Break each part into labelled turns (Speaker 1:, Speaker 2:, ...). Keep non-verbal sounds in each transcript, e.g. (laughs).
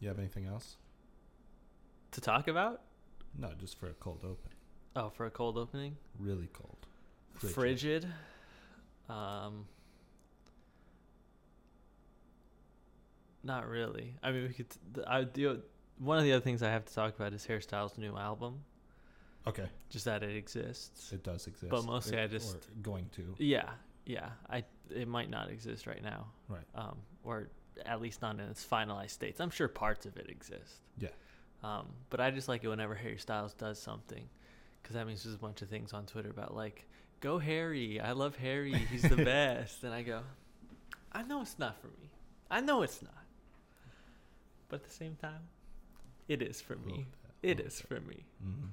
Speaker 1: You have anything else?
Speaker 2: to talk about?
Speaker 1: No, just for a cold open.
Speaker 2: Oh, for a cold opening,
Speaker 1: Really cold. Frigid.
Speaker 2: frigid. Um, not really. I mean, we could. th- I do. One of the other things I have to talk about is Hairstyles' new album.
Speaker 1: Okay,
Speaker 2: Just that it exists.
Speaker 1: it does exist.
Speaker 2: But mostly
Speaker 1: It-
Speaker 2: I just-
Speaker 1: or going to
Speaker 2: yeah, yeah. I it might not exist right now.
Speaker 1: Right.
Speaker 2: Um, or at least not in its finalized states. I'm sure parts of it exist.
Speaker 1: yeah.
Speaker 2: Um, but I just like it whenever Harry Styles does something, because that means there's a bunch of things on Twitter about like, "Go Harry! I love Harry.
Speaker 1: (laughs)
Speaker 2: He's the best." And I go, "I know it's not for me. I know it's not." But at the same time, it is for
Speaker 1: Little
Speaker 2: me.
Speaker 1: bit,
Speaker 2: It
Speaker 1: little
Speaker 2: is for me.
Speaker 1: Mm-hmm.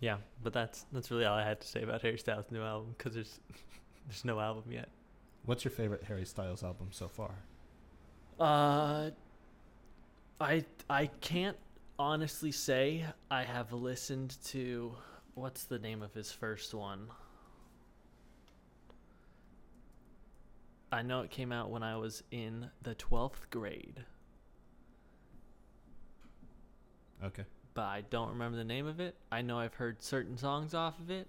Speaker 2: Yeah, but that's that's really all I had to say about Harry Styles' new album because there's (laughs) there's no album yet.
Speaker 1: What's your favorite Harry Styles album so far?
Speaker 2: Uh, I I can't honestly say I have listened to what's the name of his first one. I know it came out when I was in the twelfth grade,
Speaker 1: Okay.
Speaker 2: but I don't remember the name of it. I know I've heard certain songs off of it,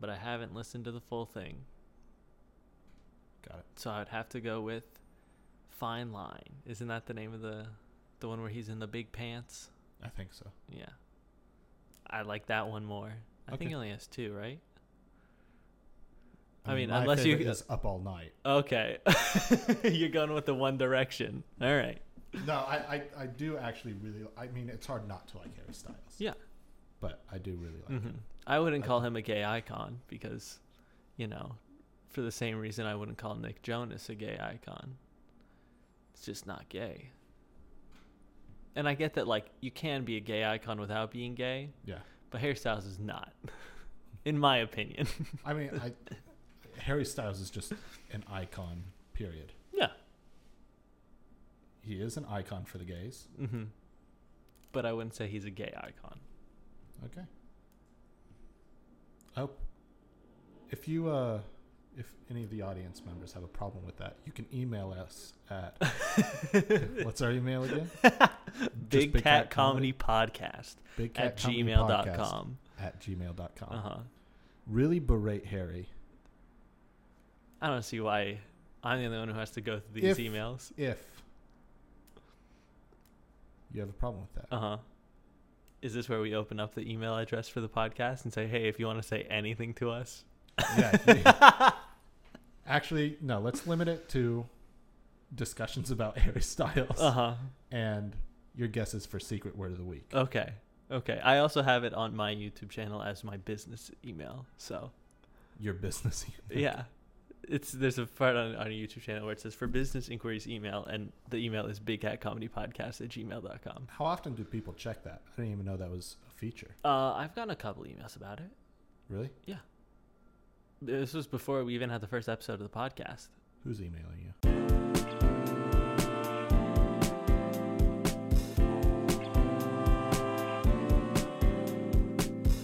Speaker 2: but I haven't listened to the full thing.
Speaker 1: Got it.
Speaker 2: So I'd have to go with Fine Line. Isn't that the name of the the one where he's in the big pants?
Speaker 1: I think so.
Speaker 2: Yeah. I like that one more. I think
Speaker 1: Okay.
Speaker 2: he only has two, right? I mean, unless
Speaker 1: favorite
Speaker 2: you-
Speaker 1: is up all night.
Speaker 2: Okay. (laughs) You're going with the one direction. All right.
Speaker 1: No, I, I, I do actually really. I mean, it's hard not to like Harry Styles.
Speaker 2: Yeah.
Speaker 1: But I do really like
Speaker 2: hmm
Speaker 1: him.
Speaker 2: I wouldn't
Speaker 1: I
Speaker 2: call
Speaker 1: think-
Speaker 2: him a gay icon because, you know, for the same reason I wouldn't call Nick Jonas a gay icon. It's just not gay. And I get that, like, you can be a gay icon without being gay,
Speaker 1: Yeah.
Speaker 2: but hairstyles is not, (laughs) in my opinion.
Speaker 1: I mean, I, Harry Styles is just an icon, period.
Speaker 2: yeah.
Speaker 1: He is an icon for the gays.
Speaker 2: Mm-hmm. But I wouldn't say he's a gay icon.
Speaker 1: Okay. I hope if you uh if any of the audience members have a problem with that, you can email us
Speaker 2: (laughs)
Speaker 1: at what's our email again? Big
Speaker 2: Big, Cat,
Speaker 1: Cat
Speaker 2: Comedy Podcast
Speaker 1: Big
Speaker 2: at gmail.com.
Speaker 1: At gmail.com.
Speaker 2: Uh huh.
Speaker 1: Really berate Harry
Speaker 2: I don't see why I'm the only one who has to go through
Speaker 1: If-
Speaker 2: these emails.
Speaker 1: if you have a problem with that.
Speaker 2: Uh huh. Is this where we open up the email address for the podcast and say, hey, if you want to say anything to us? (laughs)
Speaker 1: Yeah. Actually, no, let's limit it to discussions about Harry (laughs) Styles
Speaker 2: Uh huh.
Speaker 1: and your guesses for secret word of the week.
Speaker 2: Okay. Okay. I also have it on my YouTube channel as my business email. So.
Speaker 1: your business. email.
Speaker 2: yeah it's there's a part on, on a youtube channel where it says for business inquiries email and the email is big at comedy podcast at gmail.com
Speaker 1: How often do people check that? I didn't even know that was a feature.
Speaker 2: uh, i've gotten a couple emails about it
Speaker 1: Really?
Speaker 2: this was before we even had the first episode of the podcast
Speaker 1: Who's emailing you?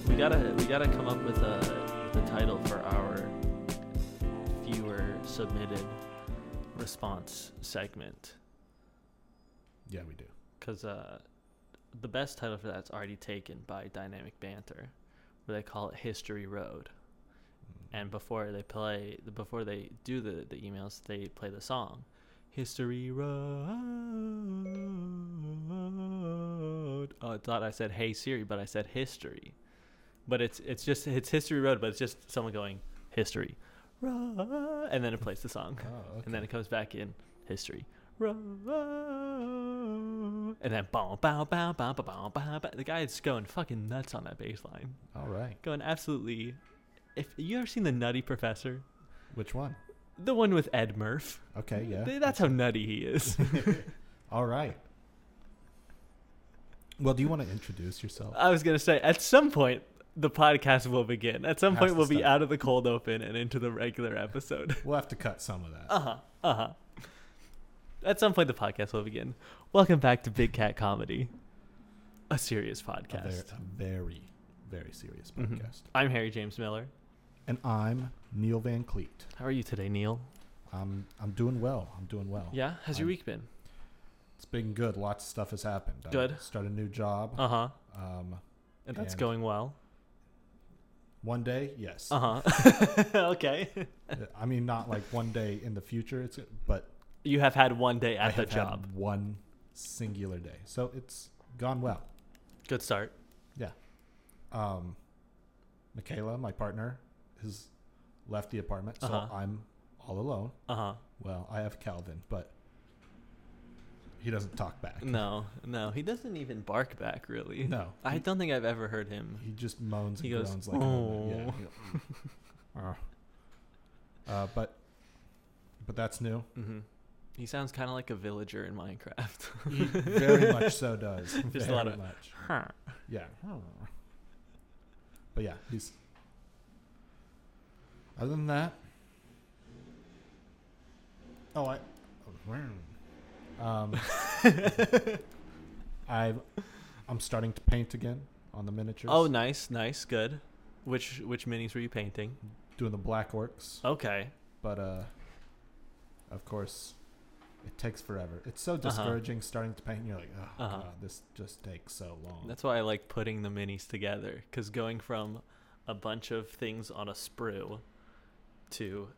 Speaker 2: we gotta we gotta come up with a with a title for our viewer submitted response segment
Speaker 1: Yeah, we do.
Speaker 2: because uh, the best title for that's already taken by dynamic banter where they call it history road and before they play before they do the, the emails they play the song history road oh i thought i said hey siri but i said history but it's it's just it's history road but it's just someone going history road and then it plays the song
Speaker 1: Oh, okay.
Speaker 2: and then it comes back in history road and then bow bow bow bow bow bow bow bow. the guy is going fucking nuts on that bass line
Speaker 1: All right.
Speaker 2: going absolutely. If you ever seen the Nutty Professor,
Speaker 1: Which one?
Speaker 2: the one with Ed Murph,
Speaker 1: Okay, yeah.
Speaker 2: Th- that's how nutty he
Speaker 1: (laughs)
Speaker 2: is.
Speaker 1: Oh. All right. Well, do you want to introduce yourself?
Speaker 2: I was gonna say at some point the podcast will begin. At some
Speaker 1: Has
Speaker 2: point
Speaker 1: to
Speaker 2: we'll be
Speaker 1: start.
Speaker 2: out of the cold open and into the
Speaker 1: (laughs)
Speaker 2: regular episode.
Speaker 1: We'll have to cut some of that.
Speaker 2: Uh huh. Uh huh. At some point the podcast will begin. Welcome back to Big Cat Comedy, a serious
Speaker 1: A ver-
Speaker 2: podcast.
Speaker 1: a very, very serious podcast.
Speaker 2: Mhm. I'm Harry James Miller.
Speaker 1: And I'm Neil Van Cleet.
Speaker 2: How are you today, Neil?
Speaker 1: I'm I'm doing well. I'm doing well.
Speaker 2: Yeah. How's your
Speaker 1: Oh, I'm-
Speaker 2: week been?
Speaker 1: It's been good. Lots of stuff has happened. I
Speaker 2: Good.
Speaker 1: started a new job.
Speaker 2: Uh huh.
Speaker 1: Um,
Speaker 2: And that's
Speaker 1: And- (laughs)
Speaker 2: going well.
Speaker 1: one day, yes.
Speaker 2: Uh huh. (laughs) okay.
Speaker 1: I mean, not like one day in the future. It's but
Speaker 2: You have had one day
Speaker 1: I
Speaker 2: at the
Speaker 1: have had
Speaker 2: job.
Speaker 1: one singular day, so it's gone well.
Speaker 2: Good start.
Speaker 1: Um, Michaela, my partner, has left the apartment, so
Speaker 2: Uh-huh.
Speaker 1: I'm all alone.
Speaker 2: Uh huh.
Speaker 1: Well, I have Calvin, but he doesn't talk back.
Speaker 2: No, no, he doesn't even bark back really.
Speaker 1: No.
Speaker 2: I don't think I've ever heard him.
Speaker 1: He just moans and
Speaker 2: Mm. He goes,
Speaker 1: groans like oh. yeah. he goes, "Mm." uh, but but that's
Speaker 2: (laughs)
Speaker 1: new.
Speaker 2: hmm He sounds kind of like a villager
Speaker 1: (laughs)
Speaker 2: in Minecraft.
Speaker 1: He very much so does.
Speaker 2: Just a
Speaker 1: very
Speaker 2: lot of-
Speaker 1: much.
Speaker 2: Huh.
Speaker 1: Yeah. But yeah, he's other than that. Oh I
Speaker 2: (laughs)
Speaker 1: um I I'm starting to paint again on the miniatures.
Speaker 2: oh, nice, nice, good. Which which minis were you painting?
Speaker 1: doing the black orcs.
Speaker 2: Okay.
Speaker 1: but uh of course it takes forever it's so
Speaker 2: Uh-huh.
Speaker 1: discouraging starting to paint and you're like oh
Speaker 2: Uh-huh.
Speaker 1: god this just takes so long
Speaker 2: That's why I like putting the minis together cuz going from a bunch of things on a sprue to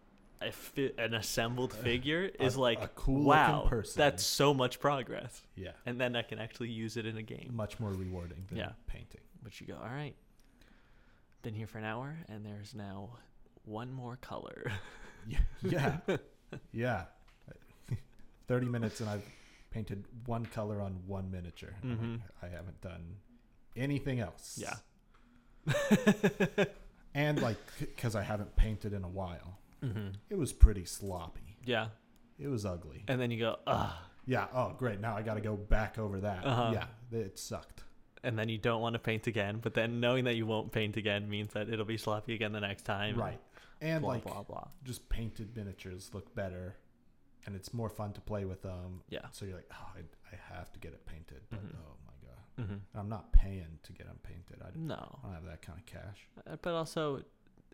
Speaker 2: a fi- an assembled figure is
Speaker 1: a
Speaker 2: like
Speaker 1: cool-looking
Speaker 2: wow,
Speaker 1: person."
Speaker 2: that's so much progress.
Speaker 1: yeah
Speaker 2: And then I can actually use it in a game.
Speaker 1: much more rewarding than
Speaker 2: Yeah.
Speaker 1: painting
Speaker 2: But you go, all right. Been here for an hour, and there's now one more color. (laughs)
Speaker 1: yeah yeah yeah (laughs) 30 minutes and i've painted one color on one miniature I'm like,
Speaker 2: Mhm.
Speaker 1: i haven't done anything else
Speaker 2: Yeah.
Speaker 1: (laughs) and like because i haven't painted in a while
Speaker 2: mm-hmm.
Speaker 1: it was pretty sloppy
Speaker 2: Yeah.
Speaker 1: it was ugly
Speaker 2: And then you go, ugh.
Speaker 1: yeah oh great now i gotta go back over that
Speaker 2: Uh-huh.
Speaker 1: yeah it sucked
Speaker 2: And then you don't want to paint again. But then knowing that you won't paint again means that it'll be sloppy again the next time.
Speaker 1: right and
Speaker 2: blah,
Speaker 1: like
Speaker 2: blah, blah.
Speaker 1: just painted miniatures look better and it's more fun to play with them
Speaker 2: Yeah.
Speaker 1: so you're like oh i, I have to get it painted but
Speaker 2: Mhm.
Speaker 1: oh my god
Speaker 2: Mm-hmm.
Speaker 1: And i'm not paying to get them painted I don't,
Speaker 2: No.
Speaker 1: I don't have that kind of cash
Speaker 2: Uh, But also, it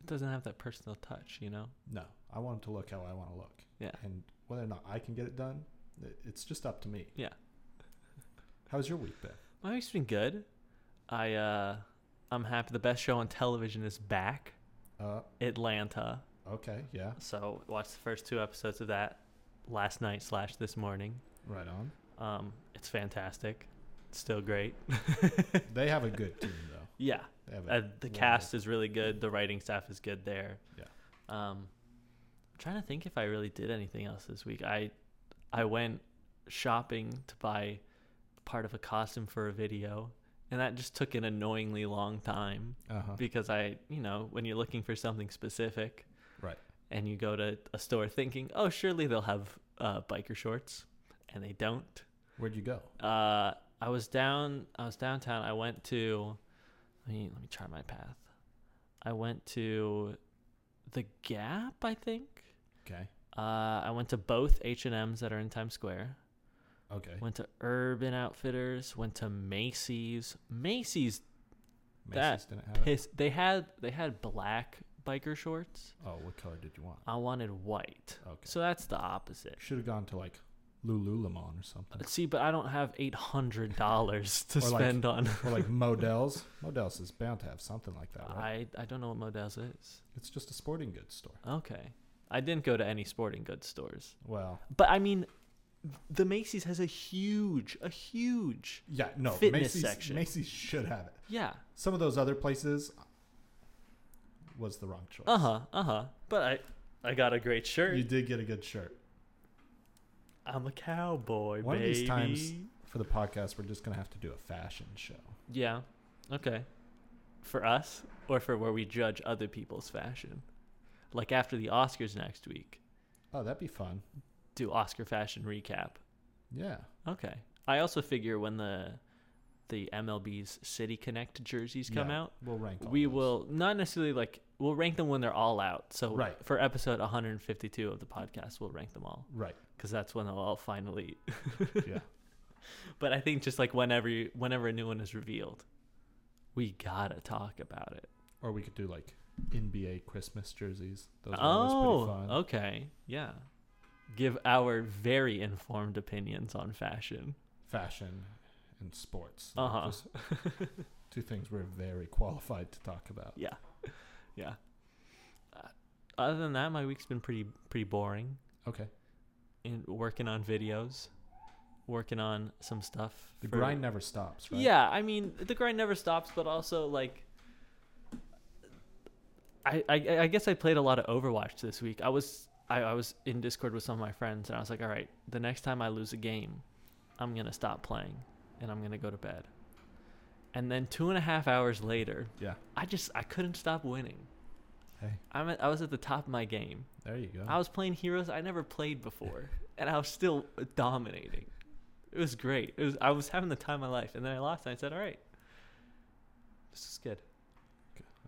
Speaker 2: doesn't have that personal touch, you know?
Speaker 1: no i want them to look how i want to look
Speaker 2: Yeah.
Speaker 1: and whether or not i can get it done it- it's just up to me
Speaker 2: Yeah.
Speaker 1: (laughs) how's your week been
Speaker 2: My week's been good. I, uh, I'm happy. The best show on television is back
Speaker 1: uh
Speaker 2: Atlanta.
Speaker 1: okay yeah
Speaker 2: So watched the first two episodes of that last night slash this morning.
Speaker 1: right on (laughs)
Speaker 2: Um, it's fantastic. It's still great.
Speaker 1: they have a good team though
Speaker 2: (laughs) yeah,
Speaker 1: they have a
Speaker 2: uh, the
Speaker 1: wonderful-
Speaker 2: cast is really good. The writing staff is good there.
Speaker 1: Yeah.
Speaker 2: Um, I'm trying to think if I really did anything else this week. I I went shopping to buy part of a costume for a video, and that just took an annoyingly long time
Speaker 1: uh-huh
Speaker 2: because I, you know, when you're looking for something specific,
Speaker 1: Right.
Speaker 2: And you go to a store thinking, oh, surely they'll have uh, biker shorts, and they don't.
Speaker 1: where'd you go
Speaker 2: Uh, I was down. I was downtown. I went to. Let me let me try my path. I went to the Gap. I think.
Speaker 1: okay
Speaker 2: Uh, I went to both H and M's that are in Times Square.
Speaker 1: okay
Speaker 2: Went to Urban Outfitters. Went to Macy's. Macy's
Speaker 1: Macy's didn't have it?
Speaker 2: piss. They had they had black biker shorts.
Speaker 1: Oh, what color did you want?
Speaker 2: I wanted white.
Speaker 1: Okay.
Speaker 2: So that's the opposite. Uh,
Speaker 1: Should have gone to like Lululemon or something,
Speaker 2: See, but I don't have eight hundred dollars (laughs) to
Speaker 1: Or like-
Speaker 2: spend on.
Speaker 1: or like (laughs) Modell's. Modell's is bound to have something like that, right?
Speaker 2: I I don't know what Modell's is.
Speaker 1: It's just a sporting goods store.
Speaker 2: Okay. I didn't go to any sporting goods stores.
Speaker 1: Well,
Speaker 2: But I mean, the Macy's has a huge, a huge.
Speaker 1: yeah, no,
Speaker 2: Fitness
Speaker 1: Macy's,
Speaker 2: section.
Speaker 1: Macy's should have it.
Speaker 2: Yeah.
Speaker 1: Some of those other places was the wrong choice.
Speaker 2: Uh huh. Uh huh. But I, I got a great shirt.
Speaker 1: You did get a good shirt.
Speaker 2: I'm a cowboy,
Speaker 1: One
Speaker 2: baby.
Speaker 1: of these times for the podcast, we're just gonna have to do a fashion show.
Speaker 2: Yeah. Okay. For us, or for where we judge other people's fashion, like after the Oscars next week,
Speaker 1: Oh, that'd be fun.
Speaker 2: do Oscar fashion recap.
Speaker 1: Yeah.
Speaker 2: Okay. I also figure when the, the MLB's City Connect jerseys come
Speaker 1: Yeah,
Speaker 2: out,
Speaker 1: We'll rank. all
Speaker 2: we
Speaker 1: those.
Speaker 2: will not necessarily like we'll rank them when they're all out. So
Speaker 1: Right.
Speaker 2: for episode 152 of the podcast, we'll rank them all
Speaker 1: Right.
Speaker 2: because that's when they'll all finally. (laughs)
Speaker 1: Yeah.
Speaker 2: But I think just like whenever you- whenever a new one is revealed, we gotta talk about it.
Speaker 1: or we could do like NBA Christmas jerseys. Those are always pretty
Speaker 2: Oh,
Speaker 1: fun.
Speaker 2: okay, yeah. give our very informed opinions on fashion.
Speaker 1: fashion and sports.
Speaker 2: Uh huh.
Speaker 1: Just
Speaker 2: (laughs)
Speaker 1: two things we're very qualified to talk about.
Speaker 2: Yeah, yeah. Uh, other than that, my week's been pretty pretty boring.
Speaker 1: Okay.
Speaker 2: In working on videos, working on some stuff.
Speaker 1: The
Speaker 2: for-
Speaker 1: grind never stops, right?
Speaker 2: Yeah, I mean the grind never stops, but also like. I, I I guess I played a lot of Overwatch this week. I was I, I was in Discord with some of my friends, and I was like, all right, the next time I lose a game, I'm gonna stop playing, and I'm gonna go to bed. And then two and a half hours later,
Speaker 1: Yeah.
Speaker 2: I just I couldn't stop winning.
Speaker 1: Hey,
Speaker 2: I'm at, I was at the top of my game.
Speaker 1: there you go.
Speaker 2: I was playing heroes I never played before, and I was still dominating. It was great. It was I was having the time of my life, and then I lost. And I said, "All right, this is good.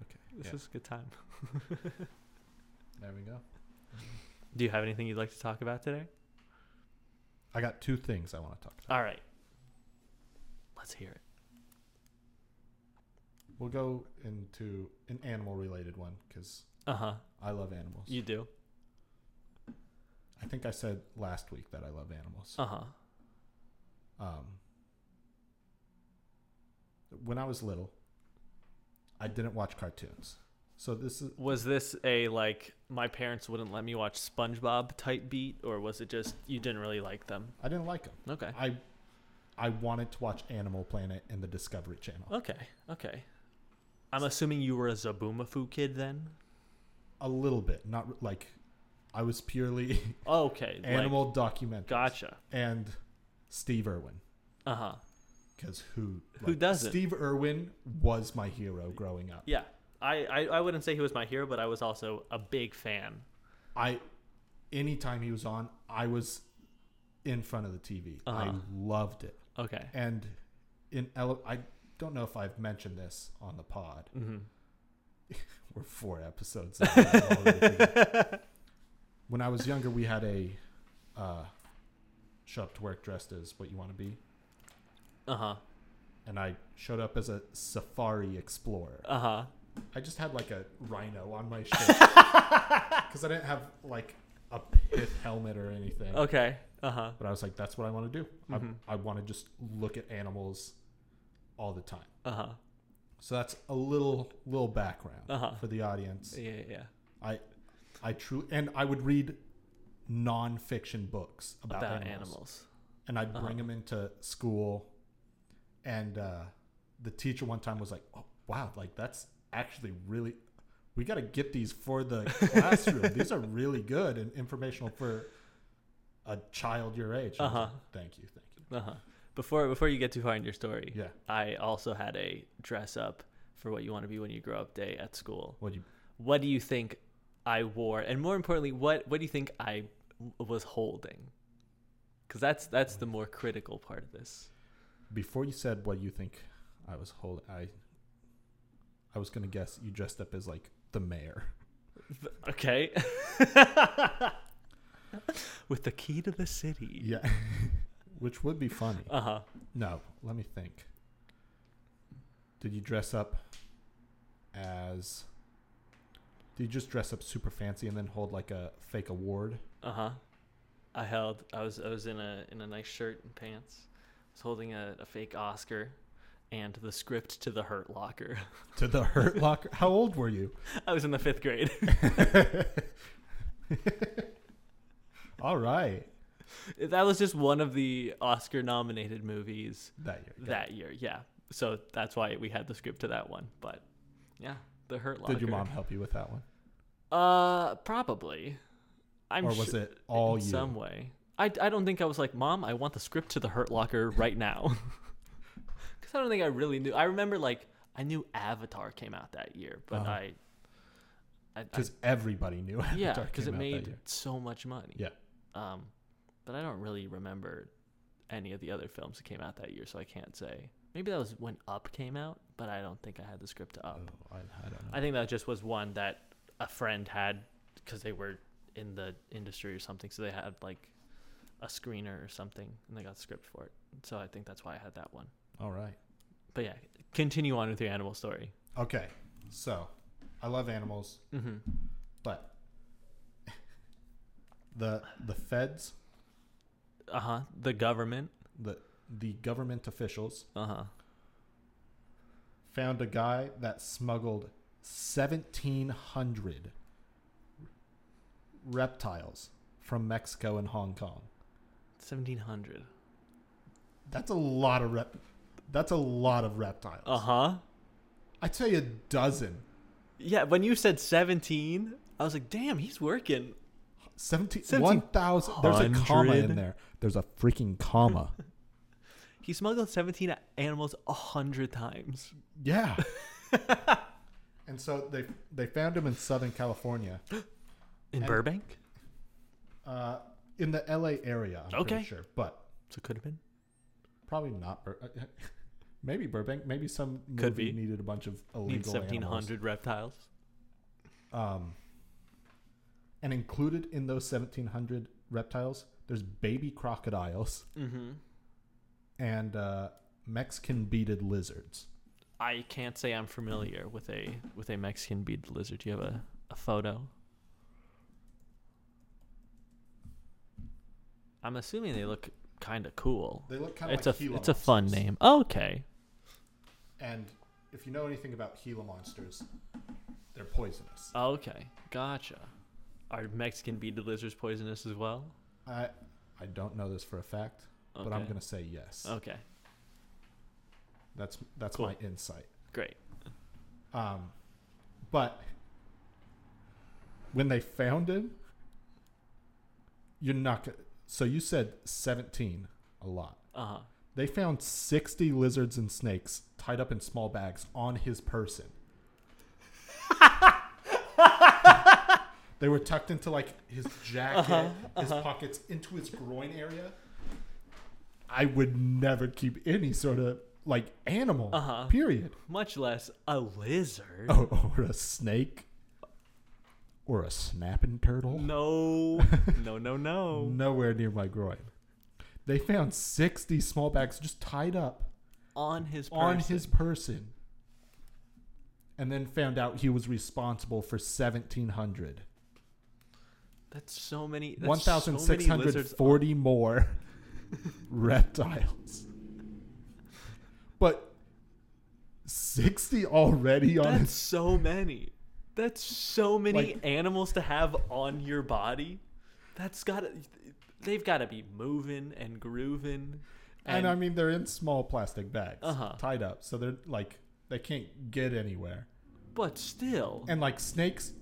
Speaker 1: okay.
Speaker 2: This
Speaker 1: yeah,
Speaker 2: is a good time."
Speaker 1: there we go.
Speaker 2: Do you have anything you'd like to talk about today?
Speaker 1: I got two things I want to talk about.
Speaker 2: All right, let's hear it.
Speaker 1: We'll go into an animal related one because
Speaker 2: Uh huh.
Speaker 1: I love animals.
Speaker 2: You do.
Speaker 1: I think I said last week that I love animals.
Speaker 2: Uh huh. Oh.
Speaker 1: Um, when I was little, I didn't watch cartoons. So this is
Speaker 2: Was this a like my parents wouldn't let me watch SpongeBob type beat, or was it just you didn't really like them?
Speaker 1: I didn't like them.
Speaker 2: Okay.
Speaker 1: I I wanted to watch Animal Planet and the Discovery Channel.
Speaker 2: Okay, okay. I'm assuming you were a Zaboomafoo kid then.
Speaker 1: A little bit, not r- like I was purely (laughs)
Speaker 2: Okay, like-
Speaker 1: animal documentary.
Speaker 2: gotcha.
Speaker 1: And Steve Irwin,
Speaker 2: Uh huh.
Speaker 1: because who
Speaker 2: Who doesn't?
Speaker 1: Steve Irwin was my hero growing up.
Speaker 2: Yeah, I, I I wouldn't say he was my hero, but I was also a big fan.
Speaker 1: I anytime he was on, I was in front of the TV. I
Speaker 2: Uh-huh.
Speaker 1: loved it.
Speaker 2: Okay.
Speaker 1: And in ele- I don't know if I've mentioned this on the pod.
Speaker 2: Mm-hmm.
Speaker 1: We're four episodes. in already. when I was younger, we had a uh, show up to work dressed as what you want to be,
Speaker 2: Uh huh.
Speaker 1: and I showed up as a safari explorer.
Speaker 2: Uh huh.
Speaker 1: I just had like a rhino on my shirt because I didn't have like a pith helmet or anything.
Speaker 2: Okay. Uh huh.
Speaker 1: But I was like, that's what I want to do.
Speaker 2: Mhm.
Speaker 1: I, I want to just look at animals all the time.
Speaker 2: Uh huh.
Speaker 1: So that's a little little background
Speaker 2: Uh-huh.
Speaker 1: for the audience.
Speaker 2: Yeah, yeah, yeah.
Speaker 1: I I truly and I would read nonfiction books about,
Speaker 2: About animals.
Speaker 1: animals. and I'd
Speaker 2: Uh-huh.
Speaker 1: bring them into school. And uh, the teacher one time was like, "Oh wow, like that's actually really." We got to get these for the
Speaker 2: (laughs)
Speaker 1: classroom. these are really good and informational for a child your age. And I was
Speaker 2: Uh-huh.
Speaker 1: like, thank you, thank you.
Speaker 2: Uh huh. Before before you get too far in your story,
Speaker 1: Yeah.
Speaker 2: I also had a dress up for what you want to be when you grow up day at school.
Speaker 1: What you?
Speaker 2: What do you think I wore, and more importantly, what what do you think I w- was holding? Because that's that's the more critical part of this.
Speaker 1: Before you said what you think, I was holding. I I was gonna guess you dressed up as like the mayor.
Speaker 2: Okay. (laughs) With the key to the city.
Speaker 1: Yeah, (laughs) which would be funny.
Speaker 2: Uh huh.
Speaker 1: No, let me think. Did you dress up as? Did you just dress up super fancy and then hold like a fake award?
Speaker 2: Uh huh. I held. I was. I was in a in a nice shirt and pants. I was holding a, a fake Oscar, and the script to the Hurt Locker. (laughs)
Speaker 1: To the Hurt Locker. How old were you?
Speaker 2: I was in the fifth grade. (laughs)
Speaker 1: All right,
Speaker 2: that was just one of the Oscar nominated movies
Speaker 1: that year. Got
Speaker 2: that year. Yeah. So that's why we had the script to that one. But yeah, the Hurt
Speaker 1: it.
Speaker 2: Locker.
Speaker 1: Did your mom help you with that one,
Speaker 2: Uh, probably. I'm
Speaker 1: or was
Speaker 2: su-
Speaker 1: it all
Speaker 2: in
Speaker 1: you?
Speaker 2: some way. I, I don't think I was like, Mom, I want the script to the Hurt Locker right now. (laughs) Because I don't think I really knew. I remember like I knew Avatar came out that year, but
Speaker 1: Uh-huh.
Speaker 2: I, I, I
Speaker 1: Because everybody knew.
Speaker 2: yeah,
Speaker 1: Avatar
Speaker 2: because
Speaker 1: came
Speaker 2: it
Speaker 1: out that
Speaker 2: made
Speaker 1: year.
Speaker 2: so much money.
Speaker 1: Yeah.
Speaker 2: Um, but I don't really remember any of the other films that came out that year, so I can't say. Maybe that was when Up came out, but I don't think I had the script to
Speaker 1: Oh,
Speaker 2: Up.
Speaker 1: I, I don't know.
Speaker 2: I think that just was one that a friend had because they were in the industry or something. So they had like a screener or something, and they got the script for it. So I think that's why I had that one.
Speaker 1: All right.
Speaker 2: But yeah, continue on with your animal story.
Speaker 1: Okay. So, I love animals.
Speaker 2: Mm-hmm.
Speaker 1: But (laughs) the the feds,
Speaker 2: Uh huh. The government.
Speaker 1: the the government officials
Speaker 2: Uh huh.
Speaker 1: found a guy that smuggled 1700 reptiles from Mexico and Hong Kong.
Speaker 2: Seventeen hundred.
Speaker 1: That's a lot of rep That's a lot of reptiles.
Speaker 2: Uh huh.
Speaker 1: I tell you a dozen.
Speaker 2: Yeah. When you said seventeen, I was like, damn, he's working.
Speaker 1: 17
Speaker 2: Seventeen
Speaker 1: 1000 there's a comma
Speaker 2: hundred.
Speaker 1: in there. There's a freaking
Speaker 2: (laughs)
Speaker 1: comma.
Speaker 2: He smuggled seventeen animals a hundred times. (laughs)
Speaker 1: Yeah. and so they they found him in Southern California,
Speaker 2: In
Speaker 1: And-
Speaker 2: Burbank.
Speaker 1: uh, in the L.A. area. I'm
Speaker 2: Okay.
Speaker 1: pretty sure, but
Speaker 2: So it could have been.
Speaker 1: probably not. Bur- uh, (laughs) maybe Burbank. Maybe some movie
Speaker 2: Could be.
Speaker 1: needed a bunch of
Speaker 2: Need
Speaker 1: illegal
Speaker 2: seventeen
Speaker 1: animals.
Speaker 2: hundred reptiles.
Speaker 1: Um, and included in those seventeen hundred reptiles, there's baby crocodiles
Speaker 2: Mm-hmm.
Speaker 1: and uh, Mexican beaded lizards.
Speaker 2: I can't say I'm familiar with a with a Mexican bead lizard. Do you have a, a photo? I'm assuming they look kind of cool.
Speaker 1: They look kind of
Speaker 2: It's
Speaker 1: like
Speaker 2: a
Speaker 1: Gila
Speaker 2: it's a fun
Speaker 1: monsters.
Speaker 2: name. Okay.
Speaker 1: And if you know anything about Gila monsters, they're poisonous.
Speaker 2: Okay. Gotcha. Are Mexican beaded lizards poisonous as well?
Speaker 1: I I don't know this for a fact,
Speaker 2: Okay.
Speaker 1: but I'm gonna say yes.
Speaker 2: Okay.
Speaker 1: That's that's
Speaker 2: Cool.
Speaker 1: my insight.
Speaker 2: Great.
Speaker 1: Um, but when they found him, you're not gonna. So you said 17 a lot.
Speaker 2: Uh huh.
Speaker 1: They found 60 lizards and snakes tied up in small bags on his
Speaker 2: (laughs)
Speaker 1: person. they were tucked into like his jacket,
Speaker 2: Uh-huh,
Speaker 1: his pockets, into his groin area. I would never keep any sort of like animal,
Speaker 2: Uh-huh.
Speaker 1: period.
Speaker 2: Much less a lizard.
Speaker 1: Oh, or a snake, or a snapping turtle. (laughs)
Speaker 2: No. no. No. No.
Speaker 1: Nowhere near my groin. They found 60 small bags just tied up
Speaker 2: On his person.
Speaker 1: on his person and then found out he was responsible for 1700
Speaker 2: That's so many. That's So many lizards
Speaker 1: 1640 more (laughs) reptiles but 60 already on
Speaker 2: That's
Speaker 1: his
Speaker 2: so many. That's so many
Speaker 1: Like-
Speaker 2: animals to have on your body. That's got to they've got to be moving and grooving.
Speaker 1: and i mean they're in small plastic bags
Speaker 2: Uh-huh.
Speaker 1: tied up so they're like they can't get anywhere
Speaker 2: but still.
Speaker 1: and like snakes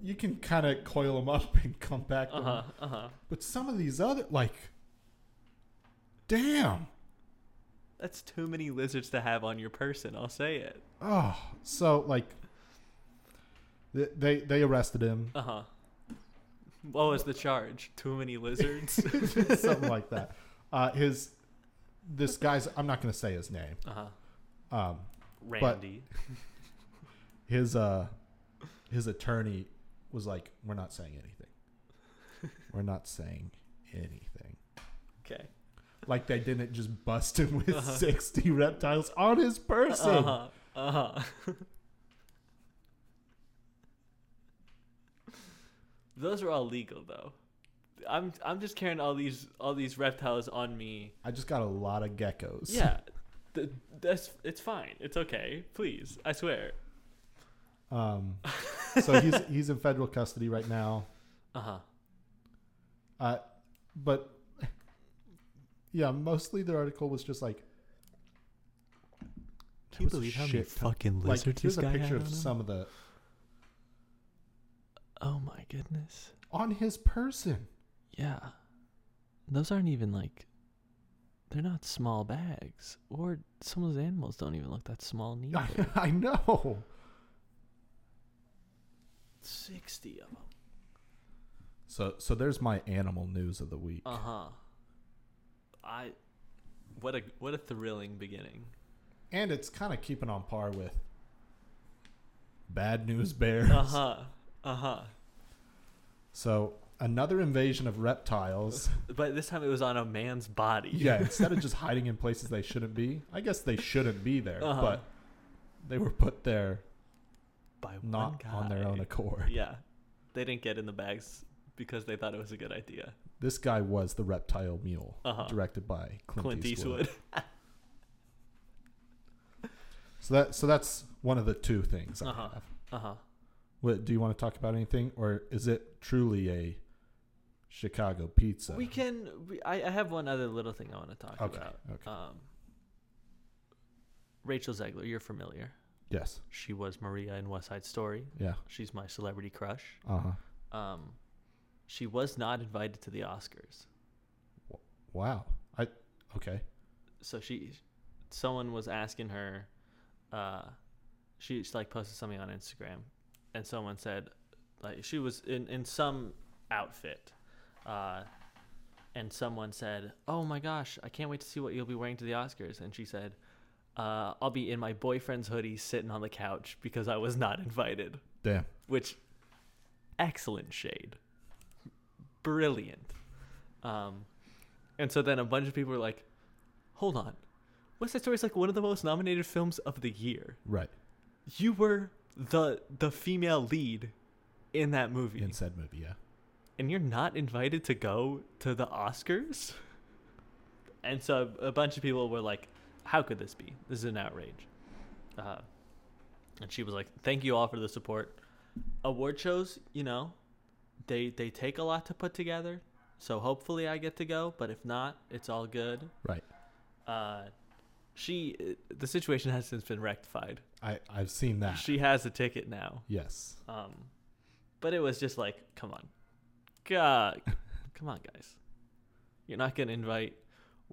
Speaker 1: you can kind of coil them up (laughs) and come back to 'em.
Speaker 2: Uh-huh. Uh-huh.
Speaker 1: But some of these other like damn.
Speaker 2: That's too many lizards to have on your person, I'll say it.
Speaker 1: Oh, so like th- they they arrested him, (laughs)
Speaker 2: Uh-huh. What was the charge? Too many lizards.
Speaker 1: (laughs) something like that. Uh his this guy's I'm not going to say his name.
Speaker 2: uh-huh.
Speaker 1: Um
Speaker 2: Randy.
Speaker 1: his uh his attorney was like we're not saying anything. We're not saying anything.
Speaker 2: Okay.
Speaker 1: Like they didn't just bust him with 60 reptiles on his person.
Speaker 2: Uh-huh. Uh-huh. Those are all legal though. I'm I'm just carrying all these all these reptiles on me.
Speaker 1: I just got a lot of geckos.
Speaker 2: Yeah. Th- that's it's fine. It's okay. Please. I swear. (laughs)
Speaker 1: Um, so he's he's in federal custody right now.
Speaker 2: Uh-huh.
Speaker 1: Uh, but yeah, mostly the article was just like.
Speaker 2: Can you believe how many fucking lizards
Speaker 1: like, here's
Speaker 2: this guy
Speaker 1: a picture
Speaker 2: had
Speaker 1: of
Speaker 2: on him?
Speaker 1: some of the
Speaker 2: Oh my goodness.
Speaker 1: on his person.
Speaker 2: Yeah. Those aren't even like they're not small bags or some of those animals don't even look that small
Speaker 1: I,
Speaker 2: neither.
Speaker 1: (laughs) I know.
Speaker 2: 60 of them.
Speaker 1: So so there's my animal news of the week.
Speaker 2: Uh huh. I. What a what a thrilling beginning.
Speaker 1: and it's kind of keeping on par with bad news bears.
Speaker 2: Uh (laughs) huh. Uh huh.
Speaker 1: So another invasion of reptiles.
Speaker 2: But this time it was on a man's body.
Speaker 1: yeah, instead of just hiding in places they shouldn't be, I guess they shouldn't be there,
Speaker 2: (laughs) Uh-huh.
Speaker 1: but they were put there
Speaker 2: By one
Speaker 1: not on their
Speaker 2: guy. (laughs)
Speaker 1: own accord. (laughs)
Speaker 2: Yeah. They didn't get in the bags because they thought it was a good idea.
Speaker 1: This guy was the Reptile Mule,
Speaker 2: Uh-huh.
Speaker 1: directed by Clint,
Speaker 2: Clint
Speaker 1: Eastwood.
Speaker 2: Eastwood.
Speaker 1: (laughs)
Speaker 2: (laughs)
Speaker 1: So that so that's one of the two things I
Speaker 2: Uh-huh.
Speaker 1: have.
Speaker 2: Uh huh.
Speaker 1: What, do you want to talk about anything, or is it truly a Chicago pizza?
Speaker 2: We can. We, I, I have one other little thing I want to talk
Speaker 1: Okay,
Speaker 2: about.
Speaker 1: okay.
Speaker 2: Um, Rachel Zegler, you're familiar.
Speaker 1: yes.
Speaker 2: She was Maria in West Side Story.
Speaker 1: Yeah.
Speaker 2: She's my celebrity crush.
Speaker 1: Uh huh.
Speaker 2: Um, she was not invited to the Oscars,
Speaker 1: Wow. I okay.
Speaker 2: so she, someone was asking her, uh, she, she like posted something on Instagram, and someone said, like she was in in some outfit, uh, and someone said, "Oh my gosh, I can't wait to see what you'll be wearing to the Oscars," and she said. Uh, I'll be in my boyfriend's hoodie sitting on the couch because I was not invited.
Speaker 1: Damn.
Speaker 2: which excellent shade brilliant um and so then a bunch of people were like hold on west side story is like one of the most nominated films of the year
Speaker 1: Right.
Speaker 2: you were the the female lead in that movie
Speaker 1: In said movie, yeah.
Speaker 2: and you're not invited to go to the oscars and so a bunch of people were like how could this be this is an outrage uh, and she was like thank you all for the support award shows you know they they take a lot to put together so hopefully i get to go but if not it's all good
Speaker 1: Right.
Speaker 2: uh, she uh, the situation has since been rectified
Speaker 1: I I've seen that.
Speaker 2: she has a ticket now
Speaker 1: yes.
Speaker 2: um, but it was just like, come on, God, (laughs) come on, guys, you're not gonna invite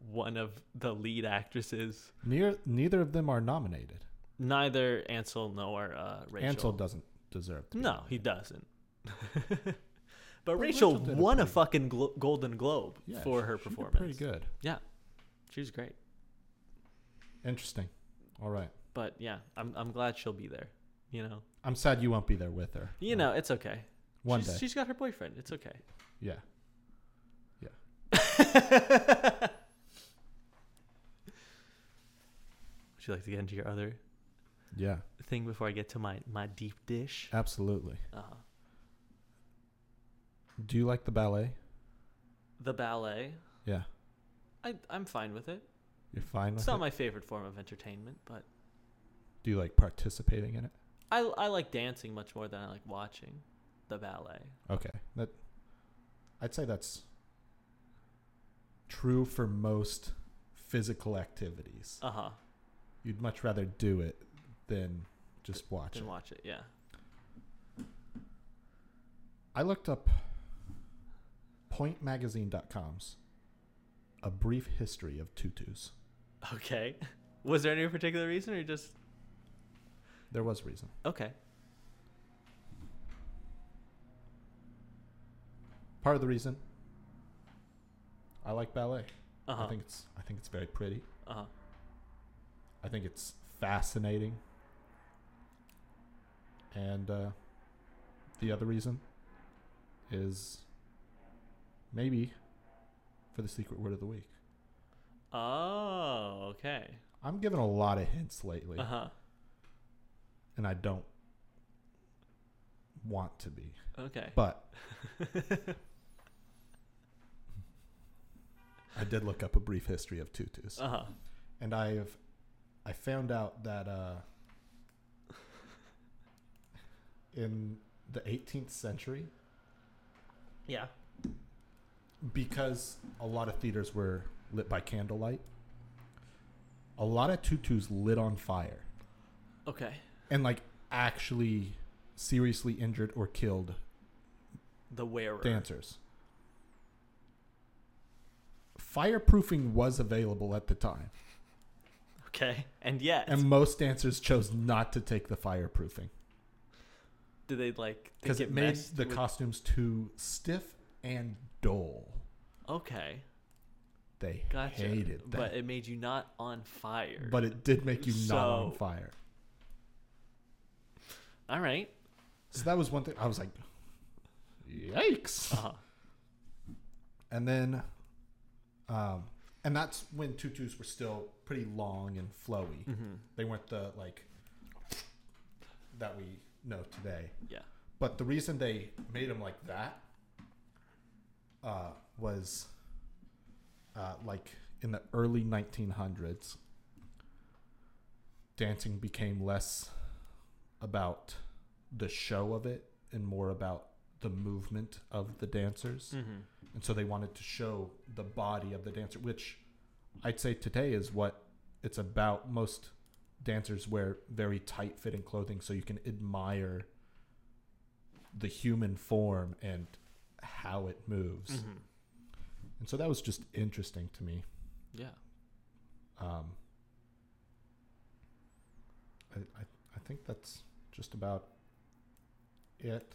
Speaker 2: one of the lead actresses.
Speaker 1: Near neither of them are nominated.
Speaker 2: Neither Ansel nor uh, Rachel.
Speaker 1: Ansel doesn't deserve. To be
Speaker 2: no,
Speaker 1: nominated.
Speaker 2: he doesn't. (laughs) but,
Speaker 1: Rachel
Speaker 2: Rachel,
Speaker 1: did a
Speaker 2: won a
Speaker 1: pretty-
Speaker 2: fucking glo- Golden Globe
Speaker 1: Yeah,
Speaker 2: for
Speaker 1: she-
Speaker 2: her
Speaker 1: she did
Speaker 2: performance.
Speaker 1: Pretty good.
Speaker 2: Yeah, she was great.
Speaker 1: Interesting. All right.
Speaker 2: But yeah, I'm I'm glad she'll be there. You know,
Speaker 1: I'm sad you won't be there with her.
Speaker 2: you know, it's okay.
Speaker 1: One
Speaker 2: she's,
Speaker 1: day.
Speaker 2: she's got her boyfriend. It's okay.
Speaker 1: Yeah.
Speaker 2: Would you like to get into your other
Speaker 1: Yeah.
Speaker 2: thing before I get to my my deep dish?
Speaker 1: Absolutely.
Speaker 2: Uh,
Speaker 1: Do you like the ballet?
Speaker 2: the ballet.
Speaker 1: Yeah.
Speaker 2: I I'm fine with it.
Speaker 1: You're fine with
Speaker 2: It's not
Speaker 1: it?
Speaker 2: my favorite form of entertainment, but
Speaker 1: Do you like participating in it?
Speaker 2: I I like dancing much more than I like watching the ballet.
Speaker 1: Okay. That I'd say that's true for most physical activities.
Speaker 2: Uh huh.
Speaker 1: You'd much rather do it than just watch
Speaker 2: Then
Speaker 1: it.
Speaker 2: watch it. Yeah.
Speaker 1: I looked up pointmagazine.com's a brief history of tutus.
Speaker 2: Okay. (laughs) Was there any particular reason, or just
Speaker 1: There was reason.
Speaker 2: okay?
Speaker 1: Part of the reason I like ballet.
Speaker 2: Uh huh.
Speaker 1: I think it's I think it's very pretty.
Speaker 2: Uh huh.
Speaker 1: I think it's fascinating. And uh, the other reason is maybe for the secret word of the week.
Speaker 2: Oh, okay.
Speaker 1: I'm giving a lot of hints lately,
Speaker 2: Uh huh.
Speaker 1: and I don't want to be.
Speaker 2: Okay.
Speaker 1: But I did look up a brief history of tutus,
Speaker 2: Uh huh.
Speaker 1: and I've I found out that uh, in the 18th century,
Speaker 2: Yeah.
Speaker 1: because a lot of theaters were lit by candlelight, a lot of tutus lit on fire
Speaker 2: Okay.
Speaker 1: and like actually seriously injured or killed
Speaker 2: The wearer.
Speaker 1: dancers. Fireproofing was available at the time,
Speaker 2: Okay. And yet,
Speaker 1: and most dancers chose not to take the fireproofing
Speaker 2: do they like
Speaker 1: because
Speaker 2: think
Speaker 1: it made
Speaker 2: messed
Speaker 1: the
Speaker 2: with-
Speaker 1: costumes too stiff and dull.
Speaker 2: Okay.
Speaker 1: They
Speaker 2: Gotcha.
Speaker 1: hated that.
Speaker 2: But it made you not on fire.
Speaker 1: but it did make you not on
Speaker 2: So-
Speaker 1: fire. (laughs)
Speaker 2: all right.
Speaker 1: So that was one thing. I was like, yikes.
Speaker 2: Uh huh.
Speaker 1: And then, um, and that's when tutus were still pretty long and flowy.
Speaker 2: Mm-hmm.
Speaker 1: They weren't the like that we know today.
Speaker 2: Yeah.
Speaker 1: But the reason they made them like that uh, was uh, like in the early 1900s, dancing became less about the show of it and more about the movement of the dancers.
Speaker 2: Mm-hmm.
Speaker 1: And so they wanted to show the body of the dancer, which I'd say today is what it's about. Most dancers wear very tight fitting clothing so you can admire the human form and how it moves.
Speaker 2: Mm-hmm.
Speaker 1: And so that was just interesting to me.
Speaker 2: Yeah.
Speaker 1: Um, I, I, I think that's just about it.